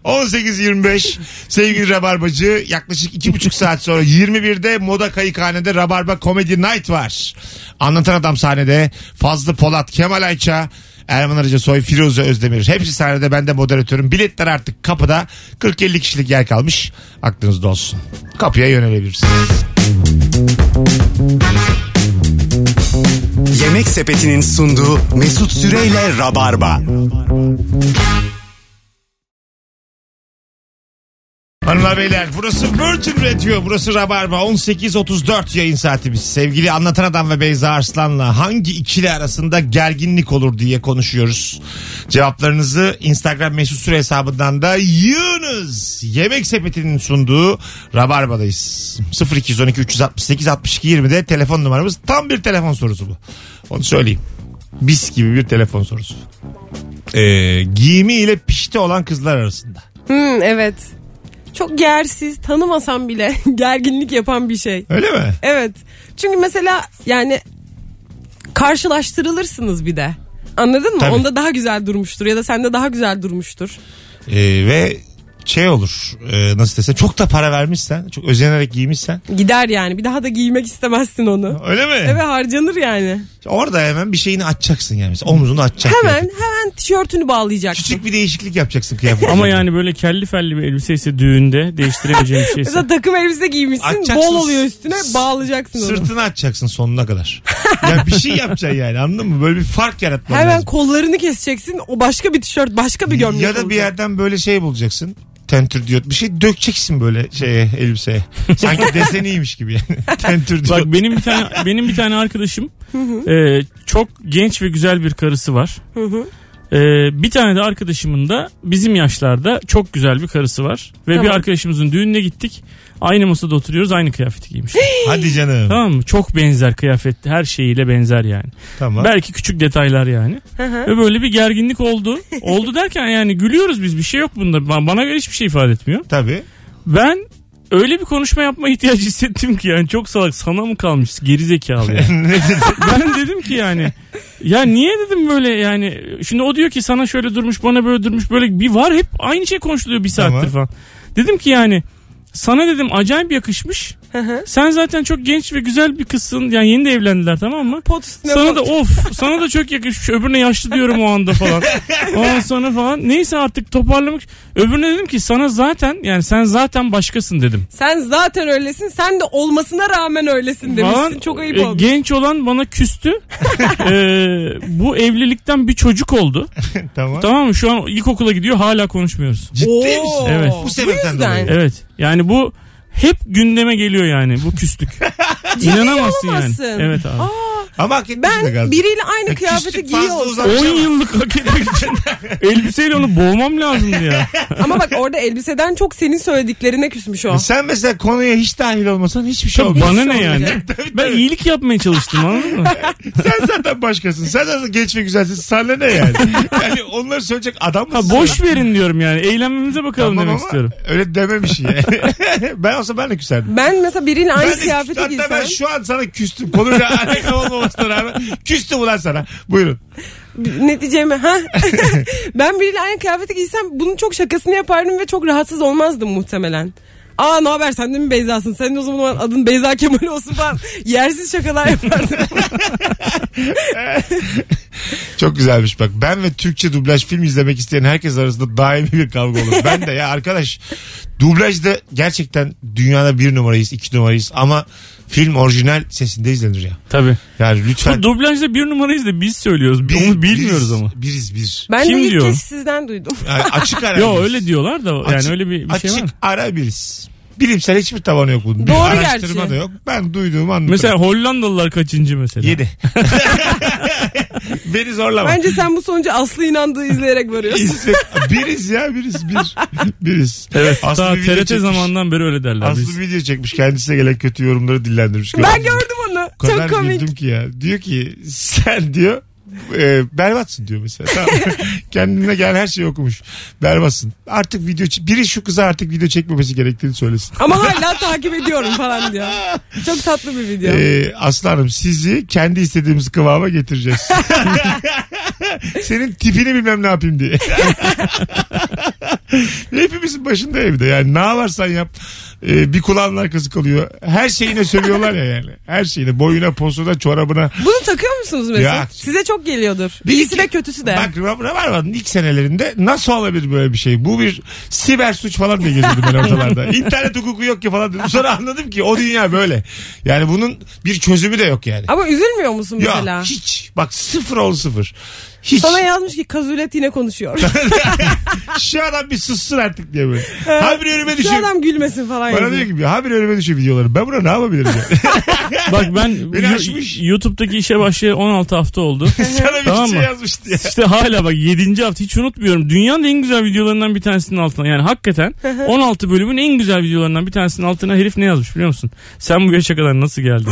[SPEAKER 2] 18.25 sevgili Rabarbacı yaklaşık iki buçuk saat sonra 21'de Moda Kayıkhane'de Rabarba Comedy Night var. Anlatan Adam sahnede Fazlı Polat, Kemal Ayça, Erman Arıca Soy, Firuze Özdemir. Hepsi sahnede ben de moderatörüm. Biletler artık kapıda 40-50 kişilik yer kalmış. Aklınızda olsun. Kapıya yönelebilirsiniz.
[SPEAKER 1] Yemek Sepeti'nin sunduğu Mesut Süreyle Rabarba.
[SPEAKER 2] Hanımlar beyler burası Virgin Radio burası Rabarba 18.34 yayın saatimiz sevgili Anlatan Adam ve Beyza Arslan'la hangi ikili arasında gerginlik olur diye konuşuyoruz cevaplarınızı Instagram mesut süre hesabından da yığınız yemek sepetinin sunduğu Rabarba'dayız 0212 368 62 20'de telefon numaramız tam bir telefon sorusu bu onu söyleyeyim bis gibi bir telefon sorusu ee, giyimiyle pişti olan kızlar arasında
[SPEAKER 3] Hmm, evet. Çok gersiz tanımasam bile gerginlik yapan bir şey.
[SPEAKER 2] öyle mi?
[SPEAKER 3] Evet. Çünkü mesela yani karşılaştırılırsınız bir de. Anladın mı?
[SPEAKER 2] Tabii.
[SPEAKER 3] Onda daha güzel durmuştur ya da sende daha güzel durmuştur.
[SPEAKER 2] Ee, ve şey olur e, nasıl desem çok da para vermişsen çok özenerek giymişsen
[SPEAKER 3] Gider yani. Bir daha da giymek istemezsin onu.
[SPEAKER 2] öyle mi?
[SPEAKER 3] Evet harcanır yani.
[SPEAKER 2] Orada hemen bir şeyini açacaksın yani mesela omzunu açacaksın.
[SPEAKER 3] Hemen hemen tişörtünü bağlayacaksın.
[SPEAKER 2] Küçük bir değişiklik yapacaksın kıyafet.
[SPEAKER 4] Ama yani böyle kelli felli bir elbise ise düğünde değiştiremeyeceğim bir şey şeyse.
[SPEAKER 3] Mesela takım elbise giymişsin.
[SPEAKER 2] Açacaksın.
[SPEAKER 3] Bol oluyor üstüne bağlayacaksın onu.
[SPEAKER 2] Sırtını açacaksın sonuna kadar. ya bir şey yapacaksın yani anladın mı? Böyle bir fark yaratman
[SPEAKER 3] Hemen
[SPEAKER 2] lazım.
[SPEAKER 3] kollarını keseceksin. O başka bir tişört, başka bir gömlek
[SPEAKER 2] Ya da bir
[SPEAKER 3] olacak.
[SPEAKER 2] yerden böyle şey bulacaksın. Tentür diyot bir şey dökeceksin böyle şeye elbiseye. Sanki deseniymiş gibi yani. Tentür diyot.
[SPEAKER 4] Bak benim bir tane benim bir tane arkadaşım e, çok genç ve güzel bir karısı var. E, bir tane de arkadaşımın da bizim yaşlarda çok güzel bir karısı var ve bir
[SPEAKER 3] Tamam.
[SPEAKER 4] arkadaşımızın düğününe gittik. Aynı masada oturuyoruz, aynı kıyafeti giymiş.
[SPEAKER 2] Hadi canım. Tamam.
[SPEAKER 4] tamam mı? Çok benzer kıyafet, her şeyiyle benzer yani. Belki küçük detaylar yani. Ve böyle bir gerginlik oldu. oldu derken yani gülüyoruz biz. Bir şey yok bunda. Ba- Bana göre hiçbir şey ifade etmiyor.
[SPEAKER 2] Tabii.
[SPEAKER 4] Ben öyle bir konuşma yapma ihtiyacı hissettim ki yani çok salak sana mı kalmış gerizekalı ya.
[SPEAKER 2] ne dedi?
[SPEAKER 4] ben dedim ki yani ya niye dedim böyle yani şimdi o diyor ki sana şöyle durmuş bana böyle durmuş böyle bir var hep aynı şey konuşuluyor bir saattir
[SPEAKER 2] Tamam.
[SPEAKER 4] falan. Dedim ki yani sana dedim acayip yakışmış. Sen zaten çok genç ve güzel bir kızsın. Yani yeni de evlendiler tamam mı?
[SPEAKER 3] Pot üstüne
[SPEAKER 4] Sana
[SPEAKER 3] pot.
[SPEAKER 4] da of sana da çok yakışmış öbürüne yaşlı diyorum o anda falan. Ondan sonra falan neyse artık toparlamak. Öbürüne dedim ki sana zaten yani sen zaten başkasın dedim.
[SPEAKER 3] Sen zaten öylesin. Sen de olmasına rağmen öylesin demişsin.
[SPEAKER 4] Falan,
[SPEAKER 3] Çok
[SPEAKER 4] e,
[SPEAKER 3] ayıp oldu.
[SPEAKER 4] Genç olan bana küstü. E, bu evlilikten bir çocuk oldu.
[SPEAKER 2] tamam.
[SPEAKER 4] Tamam mı şu an ilkokula gidiyor hala konuşmuyoruz.
[SPEAKER 2] Ciddi
[SPEAKER 3] Oo.
[SPEAKER 2] misin?
[SPEAKER 4] Evet.
[SPEAKER 2] Bu sebepten
[SPEAKER 3] yüzden.
[SPEAKER 2] dolayı.
[SPEAKER 4] Evet yani bu hep gündeme geliyor yani bu küslük. İnanamazsın yani.
[SPEAKER 3] olamazsın.
[SPEAKER 4] Evet abi.
[SPEAKER 2] Ama hak etmişsin de
[SPEAKER 3] Ben
[SPEAKER 2] Gazi.
[SPEAKER 3] biriyle
[SPEAKER 2] Ya
[SPEAKER 3] aynı kıyafeti
[SPEAKER 2] küslük fazla
[SPEAKER 3] giyiyor olsam-
[SPEAKER 2] uzamış
[SPEAKER 4] 10
[SPEAKER 2] ama.
[SPEAKER 4] yıllık hak etmek için elbiseyle onu boğmam lazımdı ya.
[SPEAKER 3] Ama bak orada elbiseden çok senin söylediklerine küsmüş o.
[SPEAKER 2] E Sen mesela konuya hiç dahil olmasan hiçbir şey
[SPEAKER 4] Tabii
[SPEAKER 2] olmaz.
[SPEAKER 4] bana ne yani? ben iyilik yapmaya çalıştım anladın mı?
[SPEAKER 2] Sen zaten başkasın. Sen zaten genç ve güzelsin. Sana ne yani? yani onları söyleyecek adam mısın?
[SPEAKER 4] Ha, boş verin diyorum yani. Eğlenmemize bakalım
[SPEAKER 2] Tamam
[SPEAKER 4] demek
[SPEAKER 2] ama
[SPEAKER 4] istiyorum.
[SPEAKER 2] Öyle dememiş yani. ben olsa ben de küserdim.
[SPEAKER 3] Ben mesela biriyle
[SPEAKER 2] Ben
[SPEAKER 3] aynı
[SPEAKER 2] de-
[SPEAKER 3] kıyafeti
[SPEAKER 2] Hatta ben
[SPEAKER 3] giysem
[SPEAKER 2] şu an sana küstüm. Konuyla alakalı olmamasına rağmen küstüm ulan sana. Buyurun.
[SPEAKER 3] ne diyeceğimi ha? ben biriyle aynı kıyafeti giysem bunun çok şakasını yapardım ve çok rahatsız olmazdım muhtemelen. Aa ne haber sen de mi Beyza'sın? Senin o zaman adın Beyza Kemal olsun falan. Yersiz şakalar yapardım.
[SPEAKER 2] Çok güzelmiş bak. Ben ve Türkçe dublaj film izlemek isteyen herkes arasında daimi bir kavga olur. Ben de ya arkadaş dublajda gerçekten dünyada bir numarayız, iki numarayız ama film orijinal sesinde izlenir ya.
[SPEAKER 4] Tabii.
[SPEAKER 2] Yani lütfen.
[SPEAKER 4] Bu dublajda bir numarayız da biz söylüyoruz.
[SPEAKER 2] Bir-
[SPEAKER 4] Onu bilmiyoruz
[SPEAKER 2] biriz,
[SPEAKER 4] ama.
[SPEAKER 2] Biriz bir.
[SPEAKER 3] Ben
[SPEAKER 4] Kim
[SPEAKER 3] de ilk
[SPEAKER 4] diyor?
[SPEAKER 3] kez sizden duydum.
[SPEAKER 2] Yani açık ara
[SPEAKER 4] Yo
[SPEAKER 2] biriz.
[SPEAKER 4] öyle diyorlar da yani
[SPEAKER 2] Açık-
[SPEAKER 4] öyle bir, bir
[SPEAKER 2] açık
[SPEAKER 4] şey var mı?
[SPEAKER 2] ara biriz. Bilimsel hiçbir tabanı yok bunun. Bir
[SPEAKER 3] Doğru
[SPEAKER 2] araştırma
[SPEAKER 3] gerçi.
[SPEAKER 2] da yok. Ben duyduğumu anlatıyorum.
[SPEAKER 4] Mesela Hollandalılar kaçıncı mesela?
[SPEAKER 2] 7. Beni zorlama.
[SPEAKER 3] Bence sen bu sonucu Aslı inandığı izleyerek varıyorsun.
[SPEAKER 2] İsmet, biriz ya biriz bir. Biriz.
[SPEAKER 4] Evet.
[SPEAKER 2] Aslı
[SPEAKER 4] daha
[SPEAKER 2] bir video
[SPEAKER 4] TRT
[SPEAKER 2] çekmiş.
[SPEAKER 4] zamandan beri öyle derler.
[SPEAKER 2] Aslı
[SPEAKER 4] biz.
[SPEAKER 2] video çekmiş kendisine gelen kötü yorumları dillendirmiş.
[SPEAKER 3] ben gördüm onu.
[SPEAKER 2] O kadar
[SPEAKER 3] Çok komik.
[SPEAKER 2] güldüm ki ya. Diyor ki sen diyor e, berbatsın diyor mesela. Tamam. Kendine gel her şeyi okumuş. Berbatsın. Artık video ç- biri şu kıza artık video çekmemesi gerektiğini söylesin.
[SPEAKER 3] Ama hala takip ediyorum falan diyor. Çok tatlı bir video.
[SPEAKER 2] Ee, Aslı Hanım sizi kendi istediğimiz kıvama getireceğiz. Senin tipini bilmem ne yapayım diye. Hepimizin başında evde yani ne varsan yap. Ee, bir kulağın arkası kalıyor. Her şeyine sövüyorlar ya yani. Her şeyine boyuna posuna çorabına.
[SPEAKER 3] Bunu takıyor musunuz
[SPEAKER 2] Ya.
[SPEAKER 3] mesela? Size çok geliyordur.
[SPEAKER 2] Bir
[SPEAKER 3] İyisi
[SPEAKER 2] iki-
[SPEAKER 3] de kötüsü de.
[SPEAKER 2] Bak Rabarba'nın ilk senelerinde nasıl olabilir böyle bir şey? Bu bir siber suç falan diye geziyordum ben ortalarda. İnternet hukuku yok ki falan dedim. Sonra anladım ki o dünya böyle. Yani bunun bir çözümü de yok yani.
[SPEAKER 3] Ama üzülmüyor musun mesela?
[SPEAKER 2] Ya hiç. Bak sıfır ol sıfır. Hiç.
[SPEAKER 3] Sana yazmış ki kazulet yine konuşuyor.
[SPEAKER 2] Şu adam bir sussun artık diye böyle. Habire önüme
[SPEAKER 3] Şu
[SPEAKER 2] düşüyor.
[SPEAKER 3] adam gülmesin falan.
[SPEAKER 2] Bana diyor
[SPEAKER 3] yazıyor.
[SPEAKER 2] ki habire önüme düşüyor videoları. Ben buna ne yapabilirim? ya?
[SPEAKER 4] Bak ben
[SPEAKER 2] Beni
[SPEAKER 4] Yo-
[SPEAKER 2] açmış.
[SPEAKER 4] YouTube'daki işe başlayalı 16 hafta oldu.
[SPEAKER 2] Sana bir
[SPEAKER 4] Tamam
[SPEAKER 2] şey
[SPEAKER 4] mı?
[SPEAKER 2] yazmış diye.
[SPEAKER 4] işte hala bak 7. hafta hiç unutmuyorum. Dünyanın en güzel videolarından bir tanesinin altına yani hakikaten 16 bölümün en güzel videolarından bir tanesinin altına herif ne yazmış biliyor musun? Sen bu yaşa kadar nasıl geldin?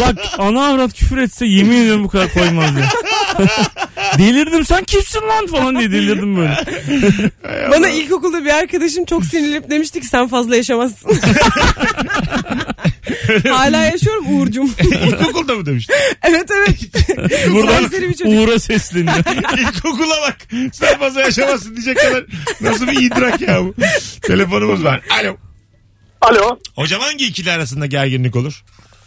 [SPEAKER 4] bak ana avrat küfür etse yemin ediyorum bu kadar koymaz ya. delirdim sen kimsin lan falan diye delirdim böyle.
[SPEAKER 3] Bana ilkokulda bir arkadaşım çok sinirlenip demişti ki sen fazla yaşamazsın. Hala yaşıyorum Uğur'cum.
[SPEAKER 2] İlkokulda mı demiş?
[SPEAKER 3] evet evet.
[SPEAKER 4] Buradan
[SPEAKER 3] Serseri bir çocuk.
[SPEAKER 4] Uğur'a sesleniyor.
[SPEAKER 2] İlkokula bak. Sen fazla yaşamazsın diyecek kadar. Nasıl bir idrak ya bu? Telefonumuz var. Alo.
[SPEAKER 9] Alo.
[SPEAKER 2] Hocam hangi ikili arasında gerginlik olur?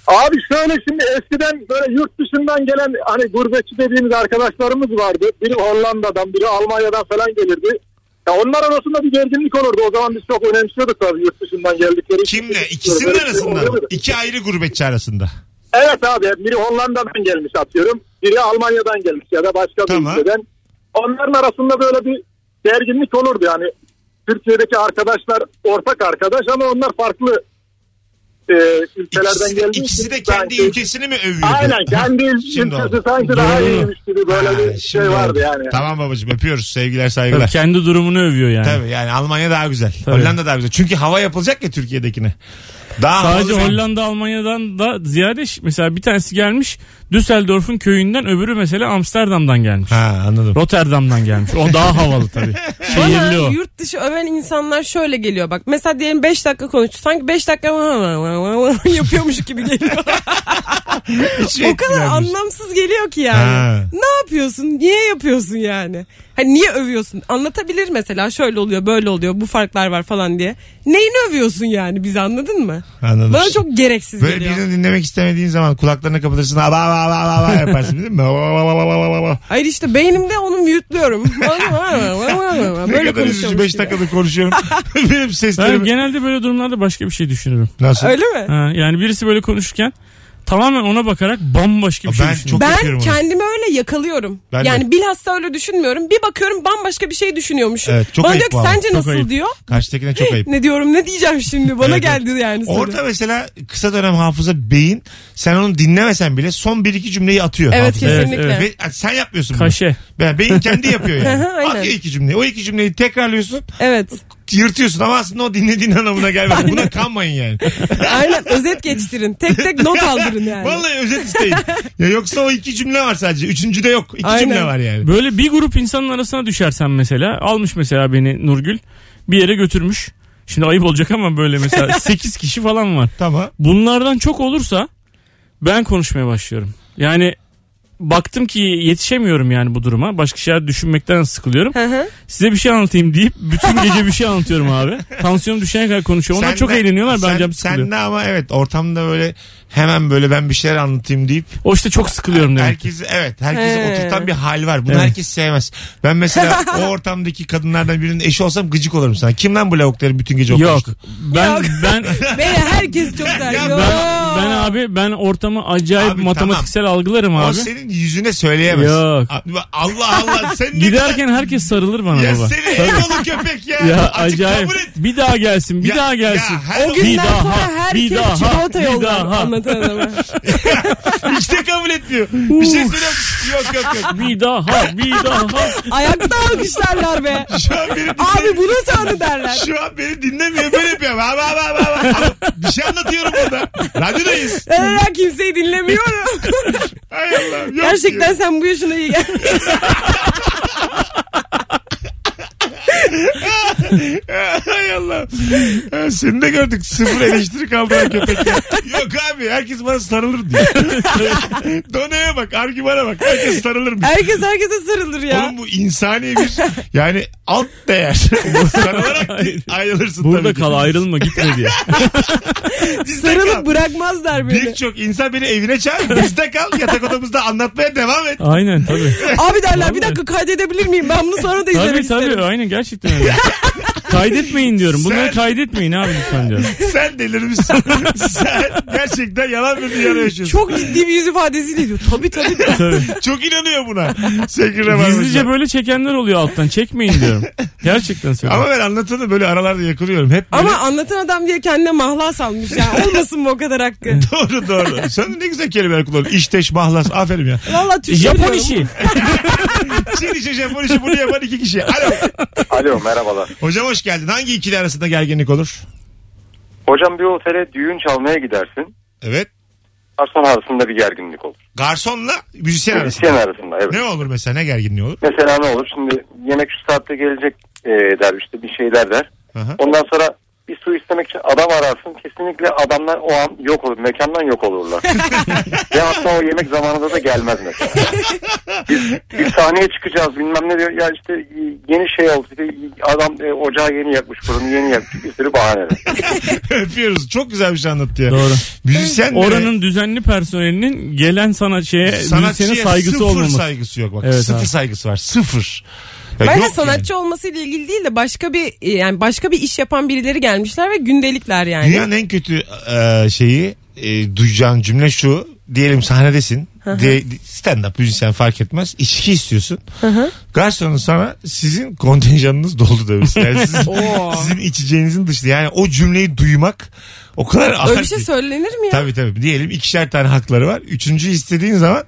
[SPEAKER 9] Abi şöyle şimdi eskiden böyle yurt dışından gelen hani gurbetçi dediğimiz arkadaşlarımız vardı. Biri Hollanda'dan biri Almanya'dan falan gelirdi. Ya onlar arasında bir gerginlik olurdu. O zaman biz çok önemsiyorduk tabii yurt dışından geldikleri. için.
[SPEAKER 2] Kimle? İkisinin
[SPEAKER 9] Böyle bir şey
[SPEAKER 2] arasında mı?
[SPEAKER 9] oluyordu.
[SPEAKER 2] İki ayrı gurbetçi arasında.
[SPEAKER 9] Evet abi biri Hollanda'dan gelmiş atıyorum. Biri Almanya'dan gelmiş ya da başka
[SPEAKER 2] Tamam.
[SPEAKER 9] bir ülkeden. Onların arasında böyle bir gerginlik olurdu yani. Türkiye'deki arkadaşlar ortak arkadaş ama onlar farklı e, ülkelerden
[SPEAKER 2] İkisi de,
[SPEAKER 9] gelmiş.
[SPEAKER 2] ikisi de kendi ülkesini mi övüyordu?
[SPEAKER 9] Aynen kendi
[SPEAKER 2] Şimdi
[SPEAKER 9] ülkesi
[SPEAKER 2] oldu.
[SPEAKER 9] sanki daha
[SPEAKER 4] Doğru.
[SPEAKER 9] iyiymiş gibi böyle
[SPEAKER 2] Ha,
[SPEAKER 9] bir
[SPEAKER 2] Ee, şimdi
[SPEAKER 9] şey vardı
[SPEAKER 2] oldu.
[SPEAKER 9] yani.
[SPEAKER 2] Tamam babacığım öpüyoruz. Sevgiler saygılar.
[SPEAKER 4] Kendi durumunu övüyor yani.
[SPEAKER 2] Tabii yani Almanya daha güzel.
[SPEAKER 4] Tabii.
[SPEAKER 2] Hollanda daha güzel. Çünkü hava yapılacak ya Türkiye'dekine. Daha
[SPEAKER 4] Sadece
[SPEAKER 2] havalı-
[SPEAKER 4] Hollanda Almanya'dan da ziyade ş- mesela bir tanesi gelmiş Düsseldorf'un köyünden öbürü mesela Amsterdam'dan gelmiş.
[SPEAKER 2] Ha anladım.
[SPEAKER 4] Rotterdam'dan gelmiş. O daha havalı tabii. Şehirli o.
[SPEAKER 3] Bana yurt dışı öven insanlar şöyle geliyor bak. Mesela diyelim 5 dakika konuştu. Sanki 5 dakika yapıyormuş gibi geliyor.
[SPEAKER 2] Hiç
[SPEAKER 3] o kadar
[SPEAKER 2] etkilenmiş.
[SPEAKER 3] anlamsız geliyor ki yani.
[SPEAKER 2] Ha.
[SPEAKER 3] Ne yapıyorsun? Niye yapıyorsun yani? Hani niye övüyorsun? Anlatabilir mesela şöyle oluyor böyle oluyor bu farklar var falan diye. Neyini övüyorsun yani bizi anladın mı?
[SPEAKER 2] Anladım.
[SPEAKER 3] Bana çok gereksiz
[SPEAKER 2] Böyle
[SPEAKER 3] geliyor.
[SPEAKER 2] birini dinlemek istemediğin zaman kulaklarını kapatırsın. Aba aba aba aba aba yaparsın değil mi? Aba, aba, aba, aba, aba, aba.
[SPEAKER 3] Hayır işte beynimde onu mütlüyorum.
[SPEAKER 2] Ne
[SPEAKER 3] böyle
[SPEAKER 2] kadar üzücü 5
[SPEAKER 3] konuşuyormuş gibi.
[SPEAKER 2] dakikada konuşuyorum. Benim
[SPEAKER 4] Ben
[SPEAKER 2] seslerim.
[SPEAKER 4] genelde böyle durumlarda başka bir şey düşünürüm.
[SPEAKER 2] Nasıl?
[SPEAKER 3] Öyle mi?
[SPEAKER 4] Ha, yani birisi böyle konuşurken tamamen ona bakarak bambaşka bir şey
[SPEAKER 2] Ben
[SPEAKER 4] düşünüyorum.
[SPEAKER 2] çok
[SPEAKER 3] Ben
[SPEAKER 2] yapıyorum onu.
[SPEAKER 3] kendimi öyle yakalıyorum.
[SPEAKER 2] Ben de.
[SPEAKER 3] yani bilhassa öyle düşünmüyorum. Bir bakıyorum bambaşka bir şey düşünüyormuşum.
[SPEAKER 2] Evet, çok
[SPEAKER 3] Bana
[SPEAKER 2] ayıp
[SPEAKER 3] diyor ki
[SPEAKER 2] bu ama.
[SPEAKER 3] sence
[SPEAKER 2] Çok
[SPEAKER 3] nasıl
[SPEAKER 2] ayıp.
[SPEAKER 3] diyor.
[SPEAKER 2] Karşıdakine çok ayıp.
[SPEAKER 3] Ne diyorum ne diyeceğim şimdi bana
[SPEAKER 2] Evet,
[SPEAKER 3] geldi yani soru.
[SPEAKER 2] Orada mesela kısa dönem hafıza beyin sen onu dinlemesen bile son bir iki cümleyi atıyor.
[SPEAKER 3] Evet
[SPEAKER 2] hafıza.
[SPEAKER 3] kesinlikle.
[SPEAKER 4] Evet,
[SPEAKER 2] Ve yani sen yapmıyorsun
[SPEAKER 4] Kaşe.
[SPEAKER 2] bunu. Yani beyin kendi yapıyor yani.
[SPEAKER 3] Aha, aynen.
[SPEAKER 2] Atıyor iki cümleyi. O iki cümleyi tekrarlıyorsun
[SPEAKER 3] Evet.
[SPEAKER 2] yırtıyorsun ama aslında o dinlediğin anlamına gelmez. Buna kanmayın yani.
[SPEAKER 3] Aynen özet geçtirin. Tek tek not aldırın yani.
[SPEAKER 2] Vallahi özet isteyin. Ya yoksa o iki cümle var sadece. Üçüncü de yok. İki
[SPEAKER 3] Aynen.
[SPEAKER 2] cümle var yani.
[SPEAKER 4] Böyle bir grup insanın arasına düşersen mesela almış mesela beni Nurgül bir yere götürmüş. Şimdi ayıp olacak ama böyle mesela 8 kişi falan var.
[SPEAKER 2] Tamam.
[SPEAKER 4] Bunlardan çok olursa ben konuşmaya başlıyorum. Yani baktım ki yetişemiyorum yani bu duruma. Başka şeyler düşünmekten sıkılıyorum.
[SPEAKER 3] Hı hı.
[SPEAKER 4] Size bir şey anlatayım deyip bütün gece bir şey anlatıyorum abi. Tansiyonum düşene kadar konuşuyorum. Onlar
[SPEAKER 2] Sen
[SPEAKER 4] çok
[SPEAKER 2] de-
[SPEAKER 4] eğleniyorlar ben
[SPEAKER 2] sen-
[SPEAKER 4] canım sıkılıyor.
[SPEAKER 2] Sen de ama evet ortamda böyle hemen böyle ben bir şeyler anlatayım deyip
[SPEAKER 4] O işte çok sıkılıyorum demek.
[SPEAKER 2] herkesi evet herkesi
[SPEAKER 3] He.
[SPEAKER 2] oturtan bir hal var. Bunu
[SPEAKER 4] Evet.
[SPEAKER 2] herkes sevmez. Ben mesela o ortamdaki kadınlardan birinin eşi olsam gıcık olurum sana. Kim lan bu lavukları bütün gece
[SPEAKER 4] Yok.
[SPEAKER 2] okumuştu?
[SPEAKER 4] Ben
[SPEAKER 3] Yok.
[SPEAKER 4] ben
[SPEAKER 3] Beni herkes çok der.
[SPEAKER 2] Ya
[SPEAKER 3] Yo.
[SPEAKER 4] ben abi ben ortamı acayip
[SPEAKER 2] Abi
[SPEAKER 4] matematiksel algılarım
[SPEAKER 2] O
[SPEAKER 4] abi.
[SPEAKER 2] senin yüzüne söyleyemez.
[SPEAKER 4] Yok.
[SPEAKER 2] Allah Allah sen ne
[SPEAKER 4] Giderken herkes sarılır bana
[SPEAKER 2] Ya
[SPEAKER 4] baba.
[SPEAKER 2] seni egolu köpek ya.
[SPEAKER 4] Ya
[SPEAKER 2] Azıcık
[SPEAKER 4] acayip.
[SPEAKER 2] kabul et.
[SPEAKER 4] Bir daha gelsin, bir
[SPEAKER 2] Ya-
[SPEAKER 4] daha gelsin.
[SPEAKER 2] ya her-
[SPEAKER 3] O günden
[SPEAKER 4] daha,
[SPEAKER 3] sonra herkes
[SPEAKER 4] bir daha,
[SPEAKER 3] çikolata
[SPEAKER 4] bir
[SPEAKER 3] yollar
[SPEAKER 4] daha.
[SPEAKER 3] anlatan adama.
[SPEAKER 2] Hiç de kabul etmiyor. Bir şey söyleyeyim. Yok yok yok.
[SPEAKER 4] Bir daha, bir daha.
[SPEAKER 3] Ayakta alkışlarlar be.
[SPEAKER 2] Şu an beni
[SPEAKER 3] Abi
[SPEAKER 2] dinlemiyor.
[SPEAKER 3] bu nasıl anı derler.
[SPEAKER 2] Şu an beni dinlemiyor. Böyle yapıyor. Ba, ba, ba, ba, ba. Ama Bir şey anlatıyorum burada. Radyodayız.
[SPEAKER 3] Ben hala kimseyi dinlemiyorum.
[SPEAKER 2] Hay Allah. Yok
[SPEAKER 3] Gerçekten
[SPEAKER 2] diyor.
[SPEAKER 3] sen bu yaşına iyi gel.
[SPEAKER 2] Hay Allah. Ha, Seni de gördük. Sıfır eleştiri kaldıran köpek. ya. Yok abi. Herkes bana sarılır diyor. Donaya bak. Argümana bak. Herkes sarılır diyor.
[SPEAKER 3] Herkes herkese sarılır ya.
[SPEAKER 2] Oğlum bu insani bir yani alt değer. Bu Sarılarak ayrılırsın
[SPEAKER 4] Burada
[SPEAKER 2] tabii ki.
[SPEAKER 4] kal ayrılma gitme diye.
[SPEAKER 2] Bizde kal.
[SPEAKER 3] Sarılıp bırakmazlar beni.
[SPEAKER 2] Birçok insan beni evine çağır. Bizde kal. Yatak odamızda anlatmaya devam et.
[SPEAKER 4] Aynen tabii.
[SPEAKER 3] Abi derler bir dakika kaydedebilir miyim? Ben bunu sonra da izlemek
[SPEAKER 4] tabii
[SPEAKER 3] isterim.
[SPEAKER 4] tabii aynen gerçekten öyle. kaydetmeyin diyorum. Bunları
[SPEAKER 2] Sen-
[SPEAKER 4] kaydetmeyin abi lütfen diyorum.
[SPEAKER 2] Sen delirmişsin. Sen gerçekten yalan bir dünyada yaşıyorsun.
[SPEAKER 3] Çok ciddi bir yüz ifadesiyle diyor. Tabii tabii. diyor.
[SPEAKER 4] Tabii.
[SPEAKER 2] Çok, inanıyor buna. Sevgili Rabarbacılar.
[SPEAKER 4] Gizlice böyle çekenler oluyor alttan. Çekmeyin diyorum. Gerçekten söylüyorum.
[SPEAKER 2] Ama ben anlatanı böyle aralarda yakılıyorum. Hep böyle
[SPEAKER 3] Ama anlatan adam diye kendine mahla salmış ya. Olmasın bu o kadar hakkı.
[SPEAKER 2] doğru doğru. Sen de ne güzel kelimeler kullanıyorsun. İşteş, mahlas. Aferin ya.
[SPEAKER 3] Valla tüşürüyorum.
[SPEAKER 4] Japon işi.
[SPEAKER 2] Çin işi, Japon işi bunu yapan iki kişi. Alo.
[SPEAKER 6] Alo merhabalar.
[SPEAKER 2] Hocam hoş geldin. Hangi ikili arasında gerginlik olur?
[SPEAKER 6] Hocam bir otele düğün çalmaya gidersin.
[SPEAKER 2] Evet.
[SPEAKER 6] Garson arasında bir gerginlik olur.
[SPEAKER 2] Garsonla müzisyen arasında.
[SPEAKER 6] Müzisyen arasında evet.
[SPEAKER 2] Ne olur mesela ne gerginliği olur?
[SPEAKER 6] Mesela ne olur şimdi yemek şu saatte gelecek e, der işte bir şeyler der.
[SPEAKER 2] Aha.
[SPEAKER 6] Ondan sonra bir su istemek için adam ararsın. Kesinlikle adamlar o an yok olur. Mekandan yok olurlar. Ve hatta o yemek zamanında da gelmez mesela. Biz, biz sahneye çıkacağız bilmem ne diyor. Ya işte e, yeni şey oldu. İşte adam e, ocağı yeni yakmış. Fırını yeni yakmış. Bir sürü bahane.
[SPEAKER 2] Öpüyoruz. Çok güzel bir şey anlattı ya.
[SPEAKER 4] Doğru.
[SPEAKER 2] Müzisyen de-
[SPEAKER 4] Oranın düzenli personelinin gelen sana şeye,
[SPEAKER 2] sanatçıya
[SPEAKER 4] müzisyene saygısı
[SPEAKER 2] sıfır
[SPEAKER 4] olmaması.
[SPEAKER 2] saygısı yok bak.
[SPEAKER 4] Evet
[SPEAKER 2] sıfır
[SPEAKER 4] abi.
[SPEAKER 2] saygısı var. Sıfır. Ya
[SPEAKER 3] Bence
[SPEAKER 2] yok
[SPEAKER 3] sanatçı olmasıyla ilgili değil de başka bir yani başka bir iş yapan birileri gelmişler ve gündelikler yani.
[SPEAKER 2] Yani. Dünyanın en kötü e, şeyi e, duyacağın cümle şu. Diyelim sahnedesin. Diye, stand up müzisyen fark etmez. İçki istiyorsun. Garsonun sana sizin kontenjanınız doldu demiş. Yani sizin,
[SPEAKER 3] Oo.
[SPEAKER 2] sizin içeceğinizin dışında. Yani o cümleyi duymak o kadar ağır
[SPEAKER 3] Öyle bir şey
[SPEAKER 2] ki.
[SPEAKER 3] söylenir mi ya?
[SPEAKER 2] Tabii tabii. Diyelim ikişer tane hakları var. Üçüncü istediğin zaman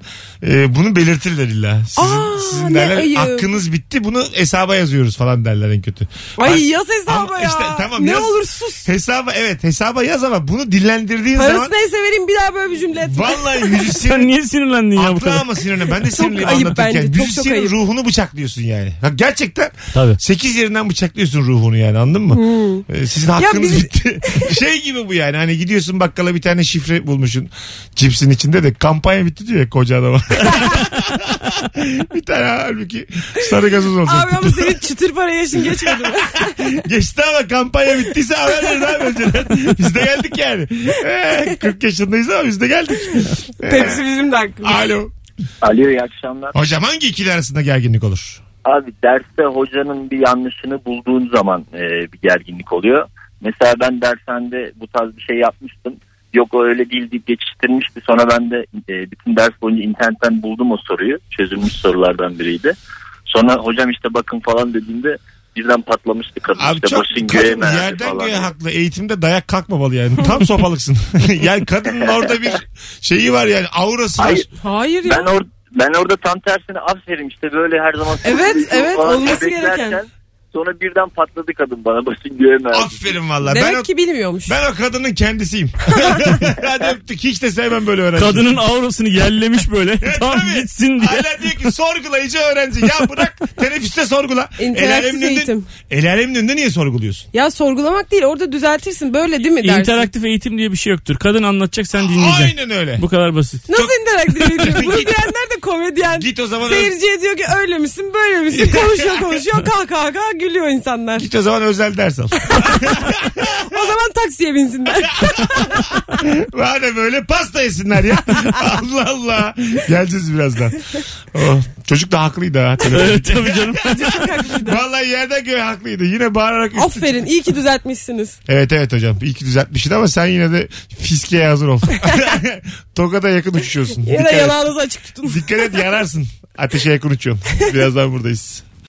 [SPEAKER 2] e, bunu belirtirler illa. Sizin,
[SPEAKER 3] Aa,
[SPEAKER 2] sizin
[SPEAKER 3] ne
[SPEAKER 2] derler
[SPEAKER 3] ayıp.
[SPEAKER 2] hakkınız bitti bunu hesaba yazıyoruz falan derler en kötü.
[SPEAKER 3] Ay yaz hesaba
[SPEAKER 2] Ama
[SPEAKER 3] ya.
[SPEAKER 2] işte tamam,
[SPEAKER 3] ne
[SPEAKER 2] yaz.
[SPEAKER 3] olur sus.
[SPEAKER 2] Hesaba evet hesaba yaz ama bunu dillendirdiğin
[SPEAKER 3] Parası
[SPEAKER 2] zaman
[SPEAKER 3] neyse vereyim bir daha böyle bir cümle etme.
[SPEAKER 2] vallahi
[SPEAKER 4] Sen
[SPEAKER 2] müzisyenin
[SPEAKER 4] niye sinirlendin ya bu
[SPEAKER 2] aklı
[SPEAKER 4] kadar?
[SPEAKER 2] ama sinirine. Ben de sinirliyim
[SPEAKER 3] ayıp
[SPEAKER 2] anlatırken.
[SPEAKER 3] bence, çok çok
[SPEAKER 2] Müzisyenin
[SPEAKER 3] ayıp.
[SPEAKER 2] ruhunu bıçaklıyorsun yani. Ha, gerçekten
[SPEAKER 4] Tabii.
[SPEAKER 2] sekiz yerinden bıçaklıyorsun ruhunu yani anladın mı?
[SPEAKER 3] Hmm.
[SPEAKER 2] Ee, sizin hakkınız
[SPEAKER 3] biz-
[SPEAKER 2] bitti. şey gibi bu yani hani gidiyorsun bakkala bir tane şifre bulmuşsun cipsin içinde de kampanya bitti diyor ya koca adama. bir tane halbuki sarı gazoz olsun.
[SPEAKER 3] Abi ama senin çıtır para yaşın geçmedi mi?
[SPEAKER 2] Geçti ama kampanya bittiyse haber verin abi önceden. Biz de geldik yani. Ee, 40 yaşındayız ama biz de geldik.
[SPEAKER 3] Pepsi bizim de hakkımız.
[SPEAKER 2] Ee, Alo.
[SPEAKER 10] Alo iyi akşamlar.
[SPEAKER 2] Hocam hangi ikili arasında gerginlik olur?
[SPEAKER 10] Abi derste hocanın bir yanlışını bulduğun zaman e, bir gerginlik oluyor. Mesela ben dershanede bu tarz bir şey yapmıştım. Yok o öyle değil deyip geçiştirmişti. Sonra ben de e, bütün ders boyunca internetten buldum o soruyu. Çözülmüş sorulardan biriydi. Sonra hocam işte bakın falan dediğinde birden patlamıştı kadın.
[SPEAKER 2] Abi
[SPEAKER 10] işte
[SPEAKER 2] çok
[SPEAKER 10] başın göğe
[SPEAKER 2] kadın
[SPEAKER 10] mi erdi
[SPEAKER 2] yerden
[SPEAKER 10] falan.
[SPEAKER 2] göğe haklı. Eğitimde dayak kalkmamalı yani. Tam sopalıksın. yani kadının orada bir şeyi var yani aurası var.
[SPEAKER 10] Hayır.
[SPEAKER 3] Hayır ya.
[SPEAKER 10] Ben or ben orada tam tersine aferin işte böyle her zaman.
[SPEAKER 3] Evet, evet,
[SPEAKER 10] Falan
[SPEAKER 3] olması
[SPEAKER 10] beklerken
[SPEAKER 3] gereken.
[SPEAKER 10] Sonra birden patladı kadın bana başın göğe mi erdi.
[SPEAKER 2] Aferin valla.
[SPEAKER 3] Demek
[SPEAKER 2] Ben, o-
[SPEAKER 3] ki bilmiyormuş.
[SPEAKER 2] ben o kadının kendisiyim. Hadi öptük. Hiç de sevmem böyle öğrenci.
[SPEAKER 4] Kadının aurasını yerlemiş böyle.
[SPEAKER 2] Evet,
[SPEAKER 4] tam
[SPEAKER 2] tabii.
[SPEAKER 4] gitsin diye.
[SPEAKER 2] Hala diyor ki sorgulayıcı öğrenci. Ya bırak teneffüste sorgula.
[SPEAKER 3] İnteraktif
[SPEAKER 2] alemin önünde-
[SPEAKER 3] eğitim.
[SPEAKER 2] El alemin önünde niye sorguluyorsun?
[SPEAKER 3] Ya sorgulamak değil orada düzeltirsin böyle değil mi dersin?
[SPEAKER 4] İnteraktif eğitim diye bir şey yoktur. Kadın anlatacak sen dinleyeceksin.
[SPEAKER 2] Aynen öyle.
[SPEAKER 4] Bu kadar basit.
[SPEAKER 3] Nasıl interaktif eğitim? Bunu diyenler de komedyen.
[SPEAKER 2] Git o zaman
[SPEAKER 3] Seyirciye diyor ki öyle misin böyle misin konuşuyor konuşuyor kalk kalk kalk gülüyor insanlar.
[SPEAKER 2] Git o zaman özel ders al.
[SPEAKER 3] O zaman taksiye binsinler.
[SPEAKER 2] Madem böyle pasta yesinler ya. Allah Allah. Geleceğiz birazdan. Oh, çocuk da haklıydı ha.
[SPEAKER 4] Evet tabii canım.
[SPEAKER 3] Çok haklıydı.
[SPEAKER 2] Vallahi yerden göğe haklıydı. Yine bağırarak üstü-
[SPEAKER 3] Aferin iyi ki düzeltmişsiniz.
[SPEAKER 2] Evet evet hocam. İyi ki düzeltmişsin ama sen yine de fiskeye hazır ol. Tokada yakın uçuşuyorsun.
[SPEAKER 3] Yine
[SPEAKER 2] Dikkat
[SPEAKER 3] de
[SPEAKER 2] et.
[SPEAKER 3] yanağınızı açık tutun.
[SPEAKER 2] Dikkat et yararsın. Ateşe yakın uçuyorsun. Birazdan buradayız.